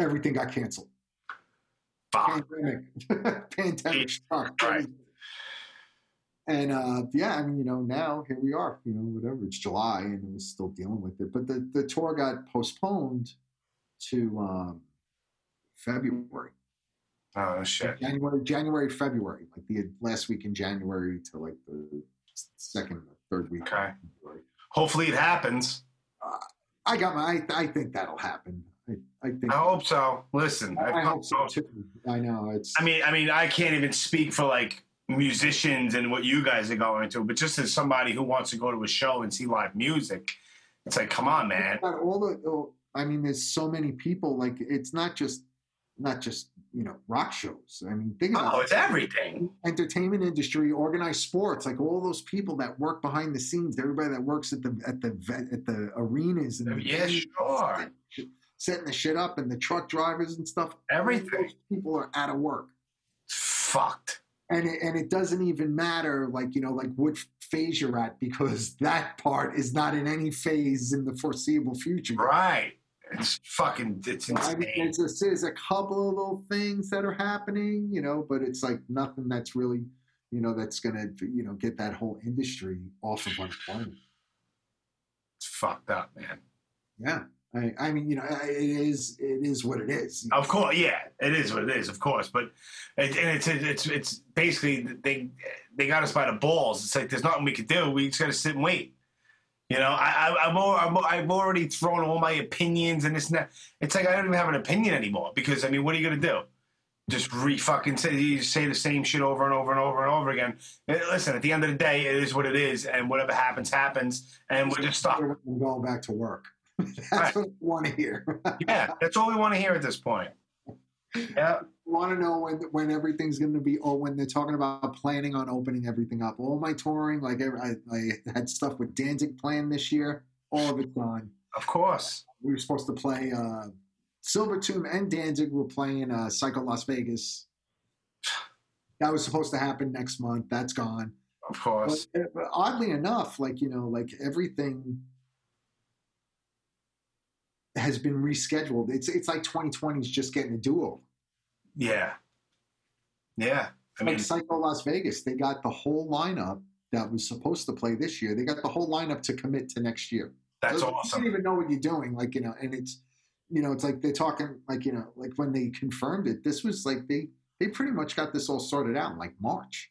everything got canceled. Fuck. pandemic pandemic struck. Ah. Right. And uh, yeah, I mean, you know, now here we are. You know, whatever. It's July, and we're still dealing with it. But the the tour got postponed to um, February, Oh shit. January, January, February, like the last week in January to like the second, third week. Okay. Hopefully it happens. I got my. I, I think that'll happen. I, I think. I hope so. Listen, I, I fucking hope so too. I know it's. I mean, I mean, I can't even speak for like musicians and what you guys are going to, but just as somebody who wants to go to a show and see live music, it's like, come on, man. But all the, all- I mean, there's so many people. Like, it's not just, not just you know, rock shows. I mean, think about Oh, it. it's everything. entertainment industry, organized sports, like all those people that work behind the scenes, everybody that works at the at the ve- at the arenas and the Yeah, venues, sure. setting the shit up, and the truck drivers and stuff. All Everything. those people are out of work, It's fucked. and it, and it doesn't even matter, like you know, like what phase you're at, because that part is not in any phase in the foreseeable future. Right. It's fucking, it's I mean, insane. there's, just, there's a couple of little things that are happening, you know, but it's like nothing that's really, you know, that's gonna, you know, get that whole industry off of unemployment. It's fucked up, man. Yeah, I, I mean, you know, I- it is, it is what it is. Of course, yeah, it is what it is, of course. But it, and it's it's it's basically they they got us by the balls. It's like there's nothing we could do. We just got to sit and wait. You know, I, I, I'm, al- I'm al- I've already thrown all my opinions and this and that. It's like I don't even have an opinion anymore because I mean, what are you gonna do? Just re fucking say you just say the same shit over and over and over and over again. Eh, Listen, at the end of the day, it is what it is, and whatever happens, happens, and we're just stuck. I'm going back to work. that's Ah. Right. what I want to hear. Yeah, that's all we want to hear at this point. Yeah, want to know when when everything's going to be or when they're talking about planning on opening everything up. All my touring, like every- I, I had stuff with Danzig planned this year. All of it's gone. of course. we were supposed to play uh, Silver Tomb and Danzig were playing uh, Psycho Las Vegas. That was supposed to happen next month. That's gone. Of course. But, uh, but oddly enough, like you know, like everything has been rescheduled. It's it's like 2020 is just getting a duo. Yeah. Yeah. I mean, Like Psycho Las Vegas, they got the whole lineup that was supposed to play this year. They got the whole lineup to commit to next year. that's So You don't awesome. even know what you're doing, like you know, and it's you know, it's like they're talking, like you know, like when they confirmed it, this was like they they pretty much got this all sorted out in like March,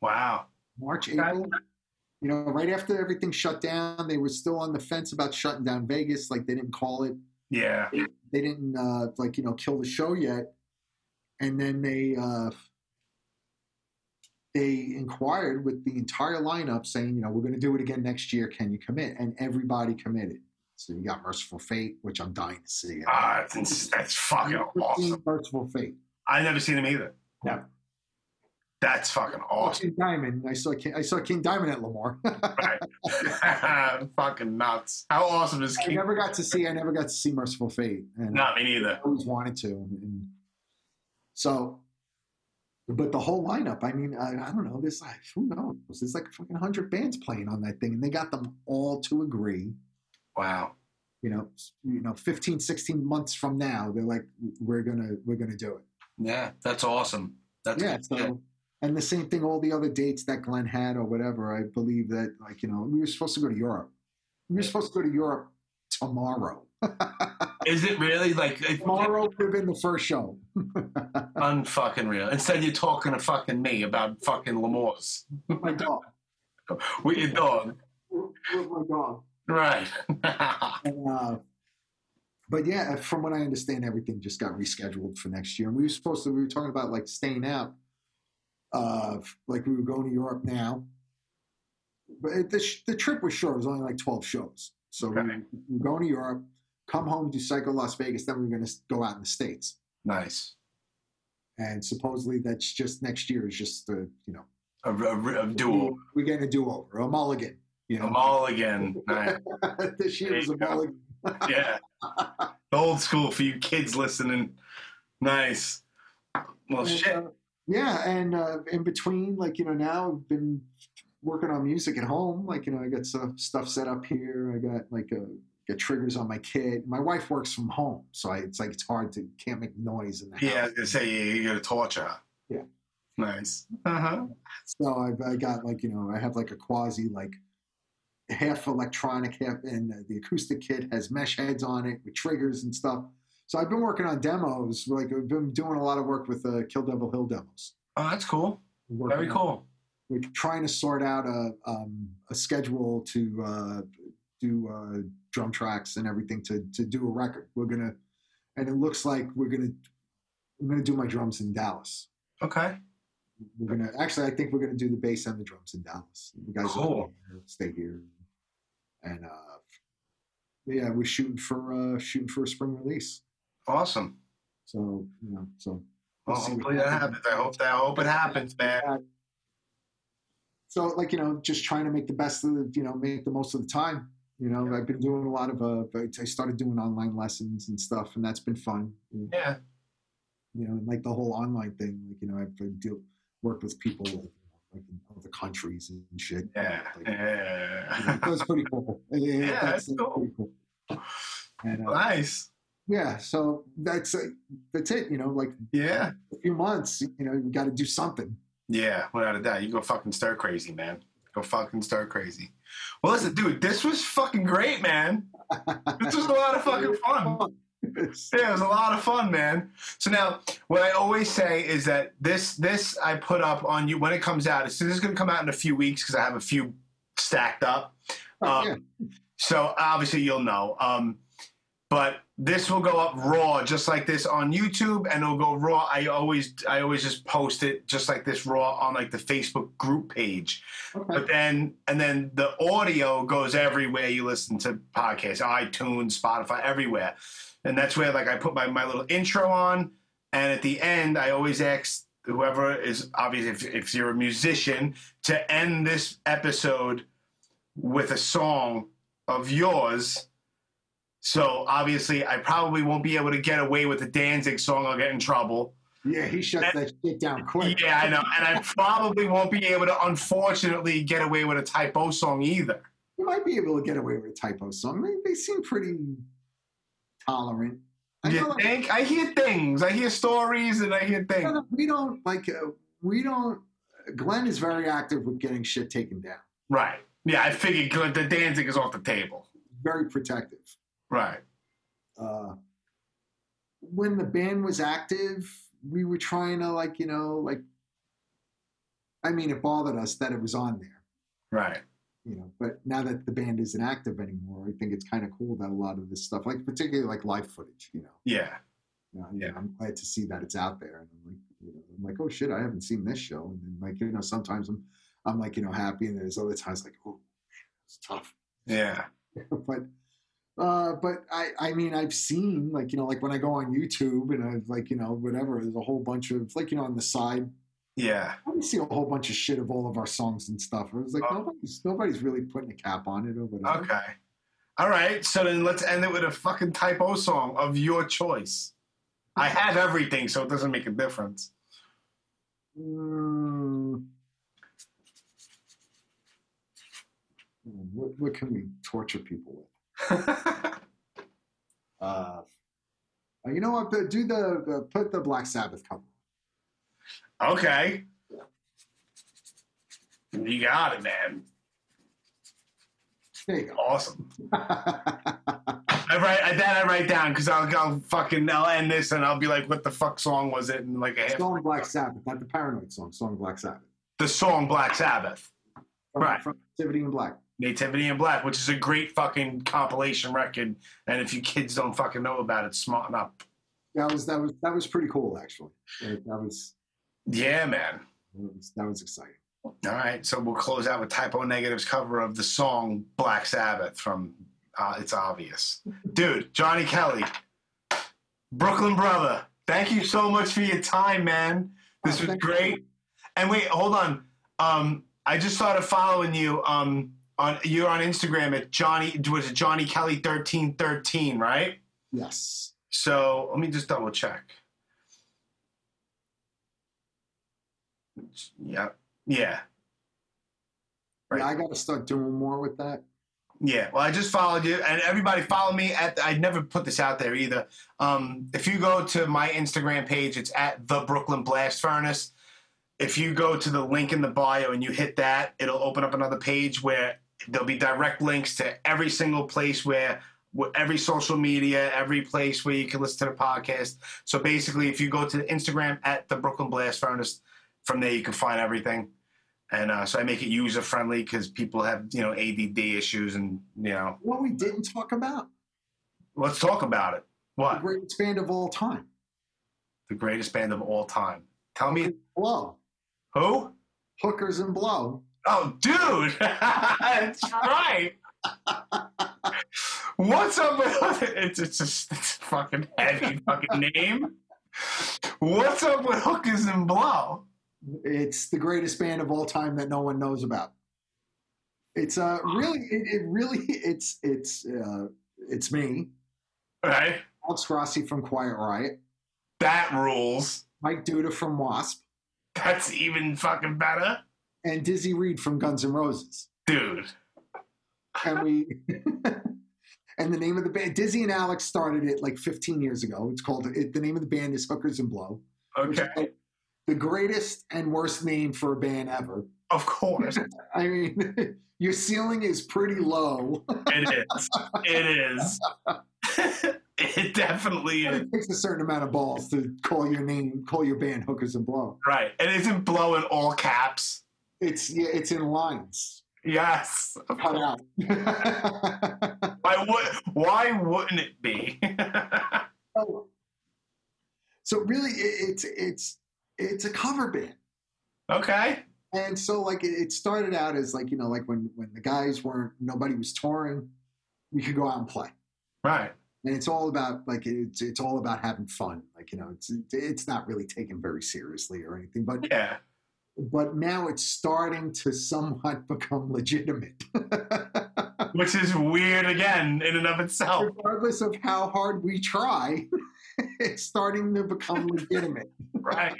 Wow. March, Okay. April. You know, right after everything shut down, they were still on the fence about shutting down Vegas. Like they didn't call it, Yeah. they didn't uh, like you know kill the show yet, and then they uh, they inquired with the entire lineup saying, you know, we're going to do it again next year. Can you commit? And everybody committed. So you got Merciful Fate, which I'm dying to see. Ah, that's, ins- that's fucking I've never seen awesome. Merciful Fate. I never seen him either. No. That's fucking Oh, awesome. King Diamond. I saw King, I saw King Diamond at Lamar. fucking nuts. How awesome is I King? never got to see. I never got to see Merciful Fate. And Not me neither. I always wanted to. And so, but the whole lineup, I mean, I, I don't know. There's like, who knows? There's like fucking 100 bands playing on that thing, and they got them all to agree. Wow. You know, s- you know, 15, 16 months from now, they're like, we're gonna, we're gonna do it. Yeah. That's awesome. That's yeah. So, and the same thing. All the other dates that Glenn had or whatever, I believe that, like, you know, we were supposed to go to Europe. We were supposed to go to Europe tomorrow. Is it really like it's Tomorrow would have been the first show. unfucking real? Instead, you're talking to fucking me about fucking Lemoore's Oh My dog. with your dog, With my dog. right? And, uh, but yeah, uh, from what I understand, everything just got rescheduled for next year. And we were supposed to, we were talking about like staying out, uh, like we were going to Europe now. But it, the, sh- the trip was short, it was only like 12 shows. So we, Okay. we were going to Europe, come home, do Psycho Las Vegas, then we were going to go out in the States. nice. And supposedly that's just next year is just the, you know, A, a, a duel. We're getting a do over, a mulligan. You A know, mulligan. Nice. this year There was you a go. mulligan. yeah. The old school for you kids listening. Nice. Well, And, Oh, shit. uh, yeah, and uh, in between, like you know, now I've been working on music at home. Like you know, I got some stuff set up here. I got like a got triggers on my kit. My wife works from home, so I, it's like it's hard to can't make noise in the house. Yeah, I was gonna say you- you're gonna torture. her. Yeah. Nice. Uh huh. So I've I got like you know I have like a quasi like half electronic half and the acoustic kit has mesh heads on it with triggers and stuff. So I've been working on demos. Like I've been doing a lot of work with uh, Kill Devil Hill demos. Oh, that's cool. Very Working on- cool. we're trying to sort out a um, a schedule to uh, do uh, drum tracks and everything to to do a record. We're gonna, and it looks like we're gonna I'm gonna do my drums in Dallas. Okay. We're gonna actually I think we're gonna do the bass and the drums in Dallas. You guys Cool. will stay here, and uh, yeah, we're shooting for uh, shooting for a spring release. Awesome. So you know, so Well, see what hopefully that happens. happens. I hope that I hope it happens, man. so like you know just trying to make the best of the, you know make the most of the time you know i've been doing a lot of uh i started doing online lessons and stuff and that's been fun you Yeah. know and like the whole online thing like you know i've been deal, worked with people like, like in other countries and shit Yeah. Like, you know, Yeah. it was pretty cool yeah, that's cool. pretty cool and, uh, nice. yeah so that's uh, that's it you know like Yeah. a few months you know you got to do something Yeah, without a doubt. You go fucking stir crazy, man. Go fucking stir crazy. Well, listen, dude, this was fucking great, man. This was a lot of fucking fun. Yeah, it was a lot of fun, man. So now, what I always say is that this this I put up on you when it comes out. So this is going to come out in a few weeks because I have a few stacked up. Um, Oh, yeah. So obviously you'll know. Um, but this will go up raw, just like this on YouTube, and it'll go raw. I always I always just post it just like this raw on like the Facebook group page. Okay. But then, and then the audio goes everywhere you listen to podcasts, iTunes, Spotify, everywhere. And that's where, like, I put my, my little intro on. And at the end, I always ask whoever is obviously, if, if you're a musician, to end this episode with a song of yours. So obviously, I probably won't be able to get away with the Danzig song. I'll get in trouble. Yeah, he shut That- that shit down quick. Yeah, I know. And I probably won't be able to, unfortunately, get away with a typo song either. You might be able to get away with a typo song. They, they seem pretty tolerant. I know, You like, think? I hear things. I hear stories and I hear no, things. no, we don't like uh, we don't. Glenn is very active with getting shit taken down. Right. Yeah, I figured Gl- the Danzig is off the table. Very protective. Right. Uh, when the band was active, we were trying to like you know like. I mean, it bothered us that it was on there. Right. you know but now that the band isn't active anymore i think it's kind of cool that a lot of this stuff like particularly like live footage you know Yeah. you know, Yeah. i'm glad to see that it's out there and i'm like you know i'm like oh shit i haven't seen this show and then like you know sometimes i'm i'm like you know happy and there's other times like oh it's tough Yeah. but uh but i i mean i've seen like you know like when i go on youtube and i've like you know whatever there's a whole bunch of like you know on the side Yeah. I see a whole bunch of shit of all of our songs and stuff. It was like Oh. nobody's nobody's really putting a cap on it or whatever. Okay. All right. So then let's end it with a fucking typo song of your choice. I have everything, so it doesn't make a difference. Mm. What, what can we torture people with? Uh, uh, you know what? the- Do the, the put the Black Sabbath cover. okay. You got it, man. There you go. Awesome. I I write I, that I write down because I'll, I'll fucking I'll end this and I'll be like, what the fuck song was it? And like a half, song Black Sabbath, not the Paranoid song. Song Black Sabbath. the song Black Sabbath, From, Right. From Activity in Black. Nativity in Black, which is a great fucking compilation record. And if you kids don't fucking know about it, smarten up. That was that was that was pretty cool actually. Like, that was Yeah, man. that was, that was exciting. All right, so we'll close out with Typo Negative's cover of the song Black Sabbath from uh, It's Obvious. Dude, Johnny Kelly, Brooklyn Brother, thank you so much for your time, man. This Oh, was thank you. great. And wait, hold on. Um, I just started following you. Um, on You're on Instagram at Johnny, was it Johnny Kelly 1313, right? Yes. So let me just double check. Yeah, yeah. Right. Yeah, I got to start doing more with that. Yeah, well, I just followed you, and everybody follow me at. I never put this out there either. Um, if you go to my Instagram page, it's at the Brooklyn Blast Furnace. If you go to the link in the bio and you hit that, it'll open up another page where there'll be direct links to every single place where, where every social media, every place where you can listen to the podcast. So basically, if you go to Instagram at the Brooklyn Blast Furnace, from there you can find everything. and uh, so I make it user friendly because people have you know ADD issues, and you know What we didn't talk about, let's talk about it. the What greatest band of all time, the greatest band of all time? Tell me Blow. who? Hookers and Blow. Oh, dude, that's right. What's up with it's it's just it's a fucking heavy fucking name. What's up with hookers and blow? It's the greatest band of all time that no one knows about. It's uh really it, it really it's it's uh it's me, Right, Alex Rossi from Quiet Riot, that rules. Mike Duda from Wasp, That's even fucking better, and Dizzy Reed from Guns N' Roses. dude. and we and the name of the band dizzy and alex started it like 15 years ago it's called it, the name of the band is hookers and blow which is Okay, like the greatest and worst name for a band ever of course. i mean your ceiling is pretty low It is. It is. it definitely is. it takes a certain amount of balls to call your name call your band hookers and blow Right. And isn't blow in all caps? it's yeah, it's in lines Yes. cut out Why would why wouldn't it be? so, so really it, it's it's it's a cover band okay. And so like it, it started out as like, you know, like when when the guys weren't nobody was touring, we could go out and play. Right. And it's all about like it's it's all about having fun. Like, you know, it's it's not really taken very seriously or anything, but Yeah. but now it's starting to somewhat become legitimate. Which is weird again in and of itself. Regardless of how hard we try, it's starting to become legitimate. Right.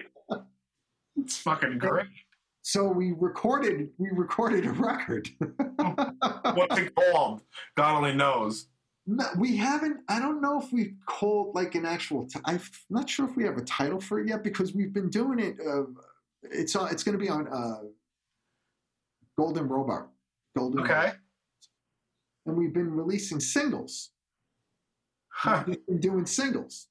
It's fucking great. So we recorded we recorded a record. What's it called? God only knows. No, we haven't. I don't know if we've called like an actual. T- I'm not sure if we have a title for it yet because we've been doing it. Uh, it's on. It's going to be on uh, Golden Robot. Golden. Okay. And we've been releasing singles. Huh. We've been doing singles.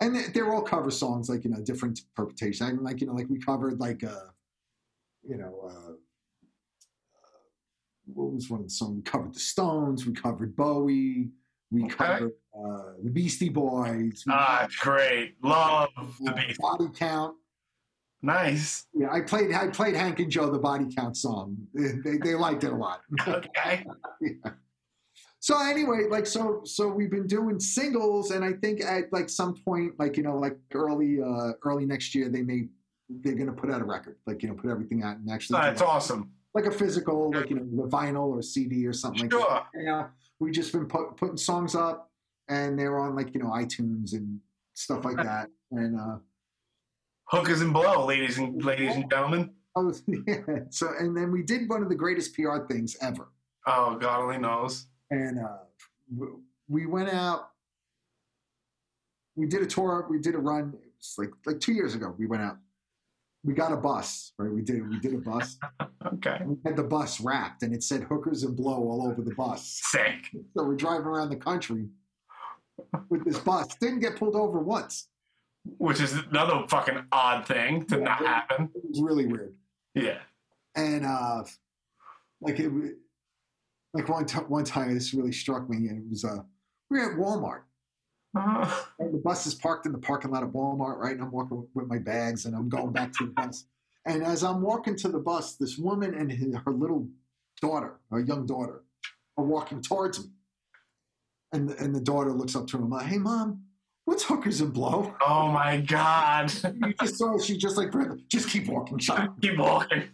And they- they're all cover songs, like you know, different interpretations. I mean, like you know, like we covered like, uh, you know, uh, what was one of the songs? We covered the Stones. We covered Bowie. We Okay. covered uh, the Beastie Boys. We Ah, great. Love the covered, uh, beast. Body Count. Nice. Yeah, I played. I played Hank and Joe the Body Count song. They, they liked it a lot. Okay. So anyway, like so so we've been doing singles and I think at like some point like you know like early uh early next year they may they're going to put out a record. Like you know put everything out and actually do That's like, awesome. like a physical like you know the vinyl or CD or something like Sure. that. Yeah. We just been put, putting songs up and they're on like you know iTunes and stuff like that and uh Hookers and blow, ladies and ladies and gentlemen. oh, yeah. so and then we did one of the greatest PR things ever. Oh, God only knows. and uh, w- we went out. We did a tour. We did a run. It was like like two years ago. We went out. We got a bus, right? We did we did a bus. Okay. we had the bus wrapped, and it said "hookers and blow" all over the bus. Sick. So we're driving around the country with this bus. Didn't get pulled over once. Which is another fucking odd thing to not happen. It was really weird. Yeah. And uh, like it, w- like one t- one time, this really struck me, and it was uh, we were at Walmart. Uh, And the bus is parked in the parking lot at Walmart, right? And I'm walking with my bags and I'm going back to the bus. And as I'm walking to the bus, this woman and her her little daughter, her young daughter, are walking towards me. And the, and the daughter looks up to her, like, hey, mom, what's hookers and blow? oh my God. You just saw she just like, "Brother, just keep walking, child. Keep walking.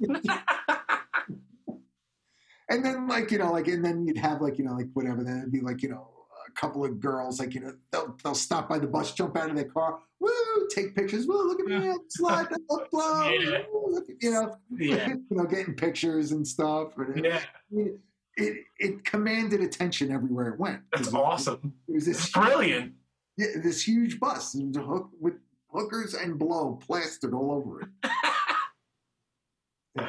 And then, like, you know, like, and then you'd have, like, you know, like, whatever. Then it'd be like, you know, a couple of girls, like, you know, they'll, they'll stop by the bus, jump out of their car, woo, take pictures, woo, look at me, I'm slide, I'm blow, Yeah. woo, look at, you know, Yeah. you know, getting pictures and stuff. And Yeah. it, it, it commanded attention everywhere it went. That's awesome. It was It's this, brilliant. yeah, this huge bus and the hook- with hookers and blow plastered all over it.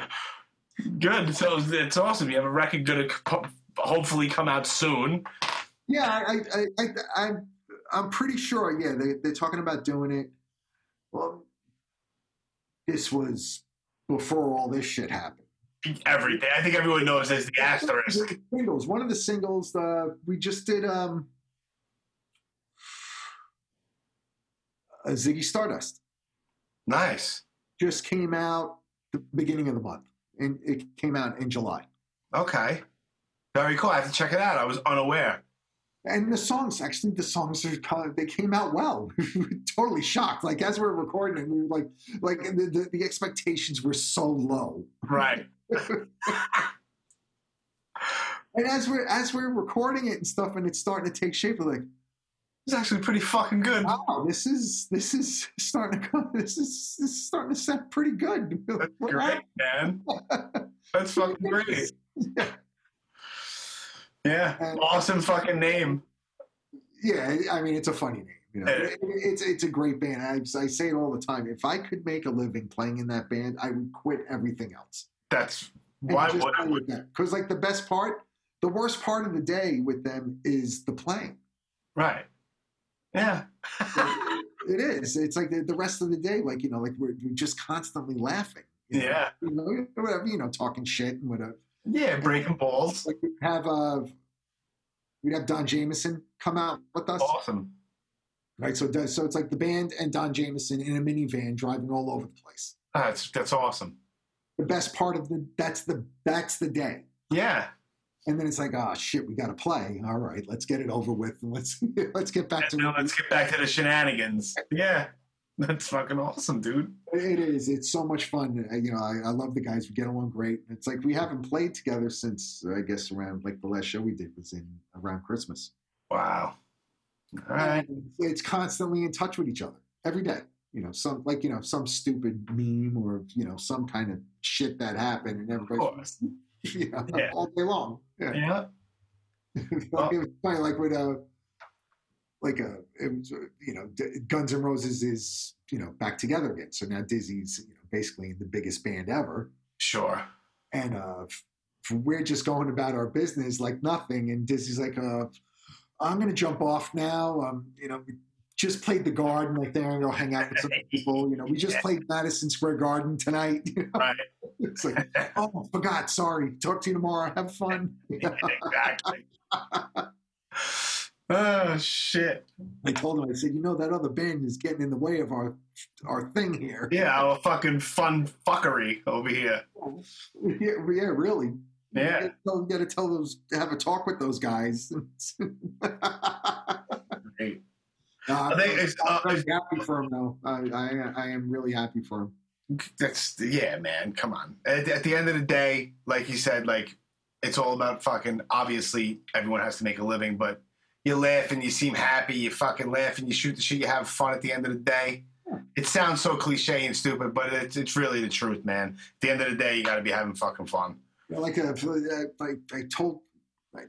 Good. So it's awesome. You have a record going to hopefully come out soon. Yeah, I, I, I, I, I- I'm pretty sure. Yeah, they, they're talking about doing it. Well, this was before all this shit happened. Everything. I think everyone knows there's the asterisk. Singles. One of the singles uh, we just did. Um, uh, Ziggy Stardust Nice. just came out the beginning of the month, and it came out in July. Okay. Very cool. I have to check it out. I was unaware. And the songs, actually, the songs are kind of- they came out well. we were totally shocked. Like as we were recording, we were like, like the, the, the expectations were so low. Right. And as we're as we're recording it and stuff, and it's starting to take shape, we're like, It's actually pretty fucking good. wow, this is this is starting to come. This is this is starting to sound pretty good. That's great, man. That's fucking great. Yeah. Awesome fucking name. Yeah, I mean, it's a funny name. You know, Yeah. It- it's it's a great band. I, I say it all the time. If I could make a living playing in that band, I would quit everything else. That's why would I would Because like the best part, the worst part of the day with them is the playing. right. Yeah. It is. It's like the, the rest of the day, like you know, like we're, we're just constantly laughing. you know? Yeah. You know, whatever, you know, talking shit and whatever. Yeah, breaking balls. Like we'd have uh, we'd have Don Jameson come out with us. Awesome. Right. So it does, so it's like the band and Don Jameson in a minivan driving all over the place. That's that's awesome. The best part of the that's the that's the day. Yeah. And then it's like, oh shit, we gotta play. All right, let's get it over with and let's let's get back And now to let's get back to the shenanigans. Yeah. That's fucking awesome, dude. it is. It's so much fun. Uh, You know, I, I love the guys. We get along great. It's like we haven't played together since uh, I guess around like the last show we did was in around Christmas. Wow. All right. And It's constantly in touch with each other every day. You know, some like you know some stupid meme or you know some kind of shit that happened, and everybody's course. you know, Yeah. all day long. Yeah. Yeah. like, it was funny, like with uh, like a it was, uh, you know D- Guns N' Roses is you know back together again. So now Dizzy's you know, basically the biggest band ever, Sure. and uh, f- we're just going about our business like nothing. And Dizzy's like, uh, I'm gonna jump off now. Um, you know, we just played the Garden. Like, there, and go hang out with some people. You know, we just Yeah. played Madison Square Garden tonight. You know? Right. It's like, oh, forgot. Sorry. Talk to you tomorrow. Have fun. exactly. oh shit. I told him, I said, you know, that other band is getting in the way of our our thing here. Yeah, our fucking fun fuckery over here. Yeah, yeah really. Yeah. You got to tell those, have a talk with those guys. Nah, Great. I'm I think it's, uh, very it's- happy for him, though. I, I, I am really happy for him. that's yeah, man. Come on. At, at the end of the day, like you said, like it's all about fucking. Obviously, everyone has to make a living, but you laugh and you seem happy. You fucking laugh and you shoot the shit. You have fun at the end of the day. It sounds so cliche and stupid, but it's it's really the truth, man. At the end of the day, you got to be having fucking fun. You know, Like, uh, like I told, I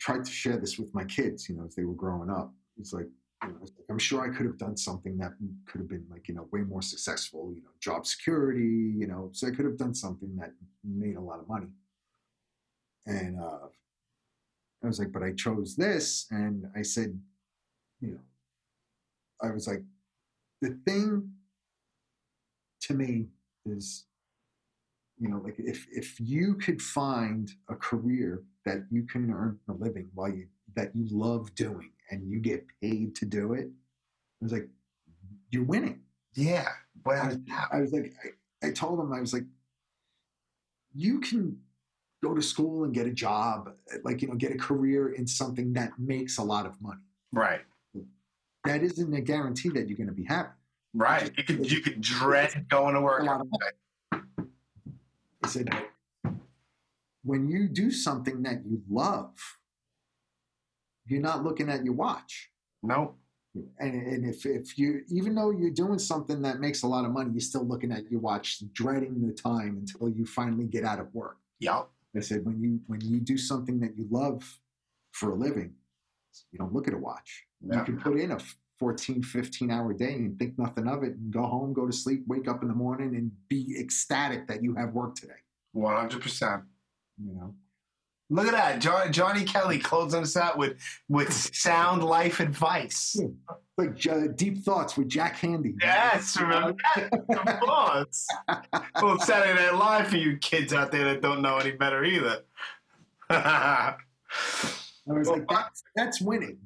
tried to share this with my kids, you know, as they were growing up. It's like, you know, it's like, I'm sure I could have done something that could have been like, you know, way more successful, you know, job security, you know, so I could have done something that made a lot of money. And uh, I was like, but I chose this. And I said, you know, I was like, the thing to me is, you know, like if, if you could find a career that you can earn a living while you, that you love doing and you get paid to do it, I was like, you're winning. Yeah. Without a doubt. I was like, I, I told him, I was like, you can go to school and get a job, like, you know, get a career in something that makes a lot of money. Right. That isn't a guarantee that you're going to be happy. Right. You could you could dread going to work. A lot of money. I said, when you do something that you love, you're not looking at your watch. No. And, and if, if you, even though you're doing something that makes a lot of money, you're still looking at your watch, dreading the time until you finally get out of work. Yup. I said, when you when you do something that you love for a living, you don't look at a watch. You Yeah. can put in a 14, 15 hour day and think nothing of it and go home, go to sleep, wake up in the morning and be ecstatic that you have work today. One hundred percent. You know? Look at that, jo- Johnny Kelly closing us out with with sound life advice. like uh, Deep Thoughts with Jack Handy. Yes, remember that? Of course. well, Saturday Night Live for you kids out there that don't know any better either. I was Well, like, that's, that's winning.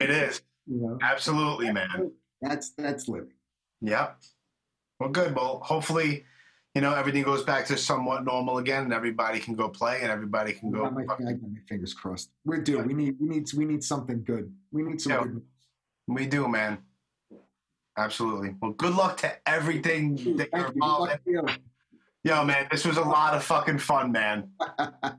it is. You know, Absolutely, man. that's that's living. Yep. Well, good. Well, hopefully, you know, everything goes back to somewhat normal again and everybody can go play and everybody can I go. got my, I got my fingers crossed. We're due. We need we need we need something good. We need some Yeah. good. We do, man. Absolutely. Well, good luck to everything that Thank you're you. Good luck involved in. to you. Yo, man, this was a lot of fucking fun, man.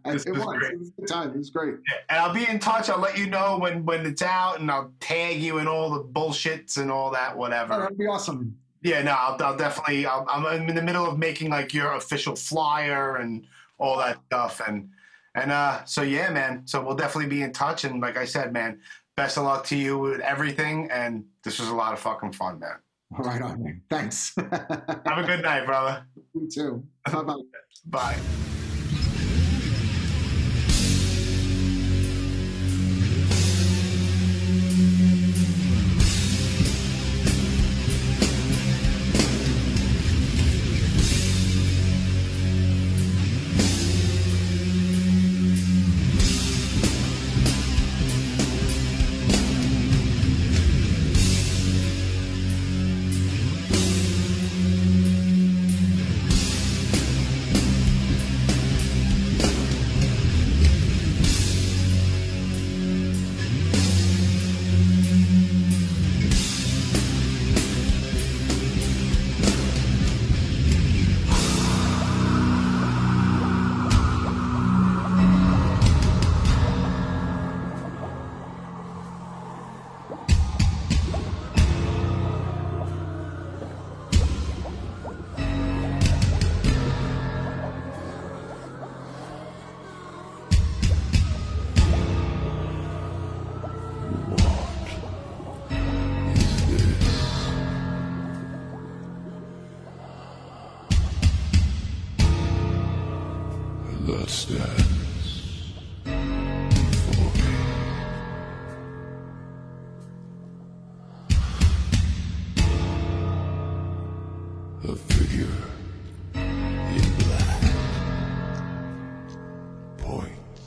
This it was was. great. It was a good time. It was great. And I'll be in touch. I'll let you know when when it's out, and I'll tag you in all the bullshits and all that, Oh, whatever. that'd be awesome. Yeah, no, I'll, I'll definitely. I'll, I'm I'm in the middle of making like your official flyer and all that stuff, and and uh, so yeah, man. So we'll definitely be in touch. And like I said, man, best of luck to you with everything. And this was a lot of fucking fun, man. All right on man. Thanks. Have a good night, brother. you too. Bye bye. Bye. that stands for me. A figure in black points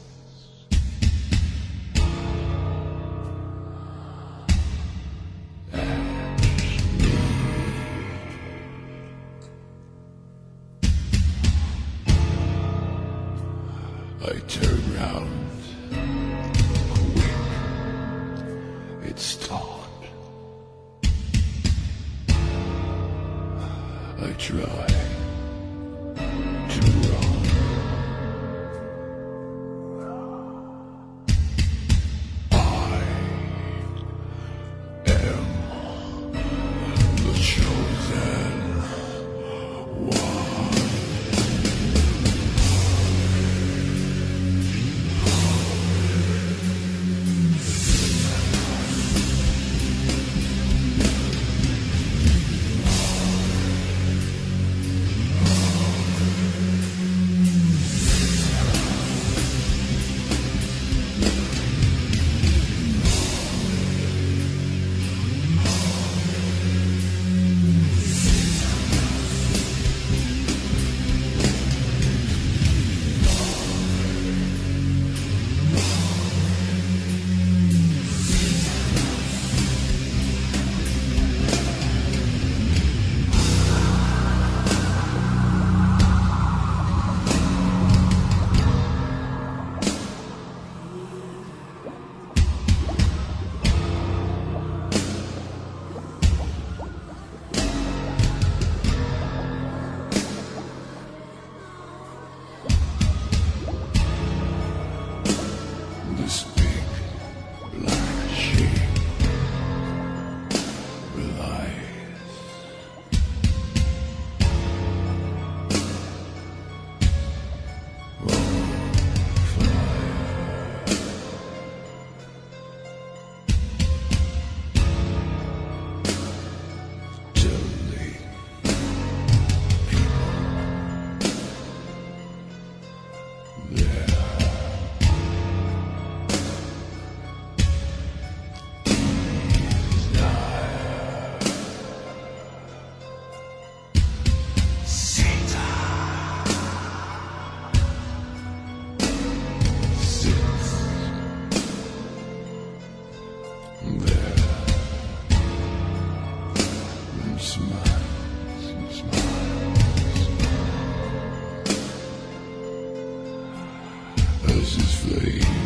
I turn round. Quick. It's taut. I try to run. I am the chosen. Some smile, some smile. As his face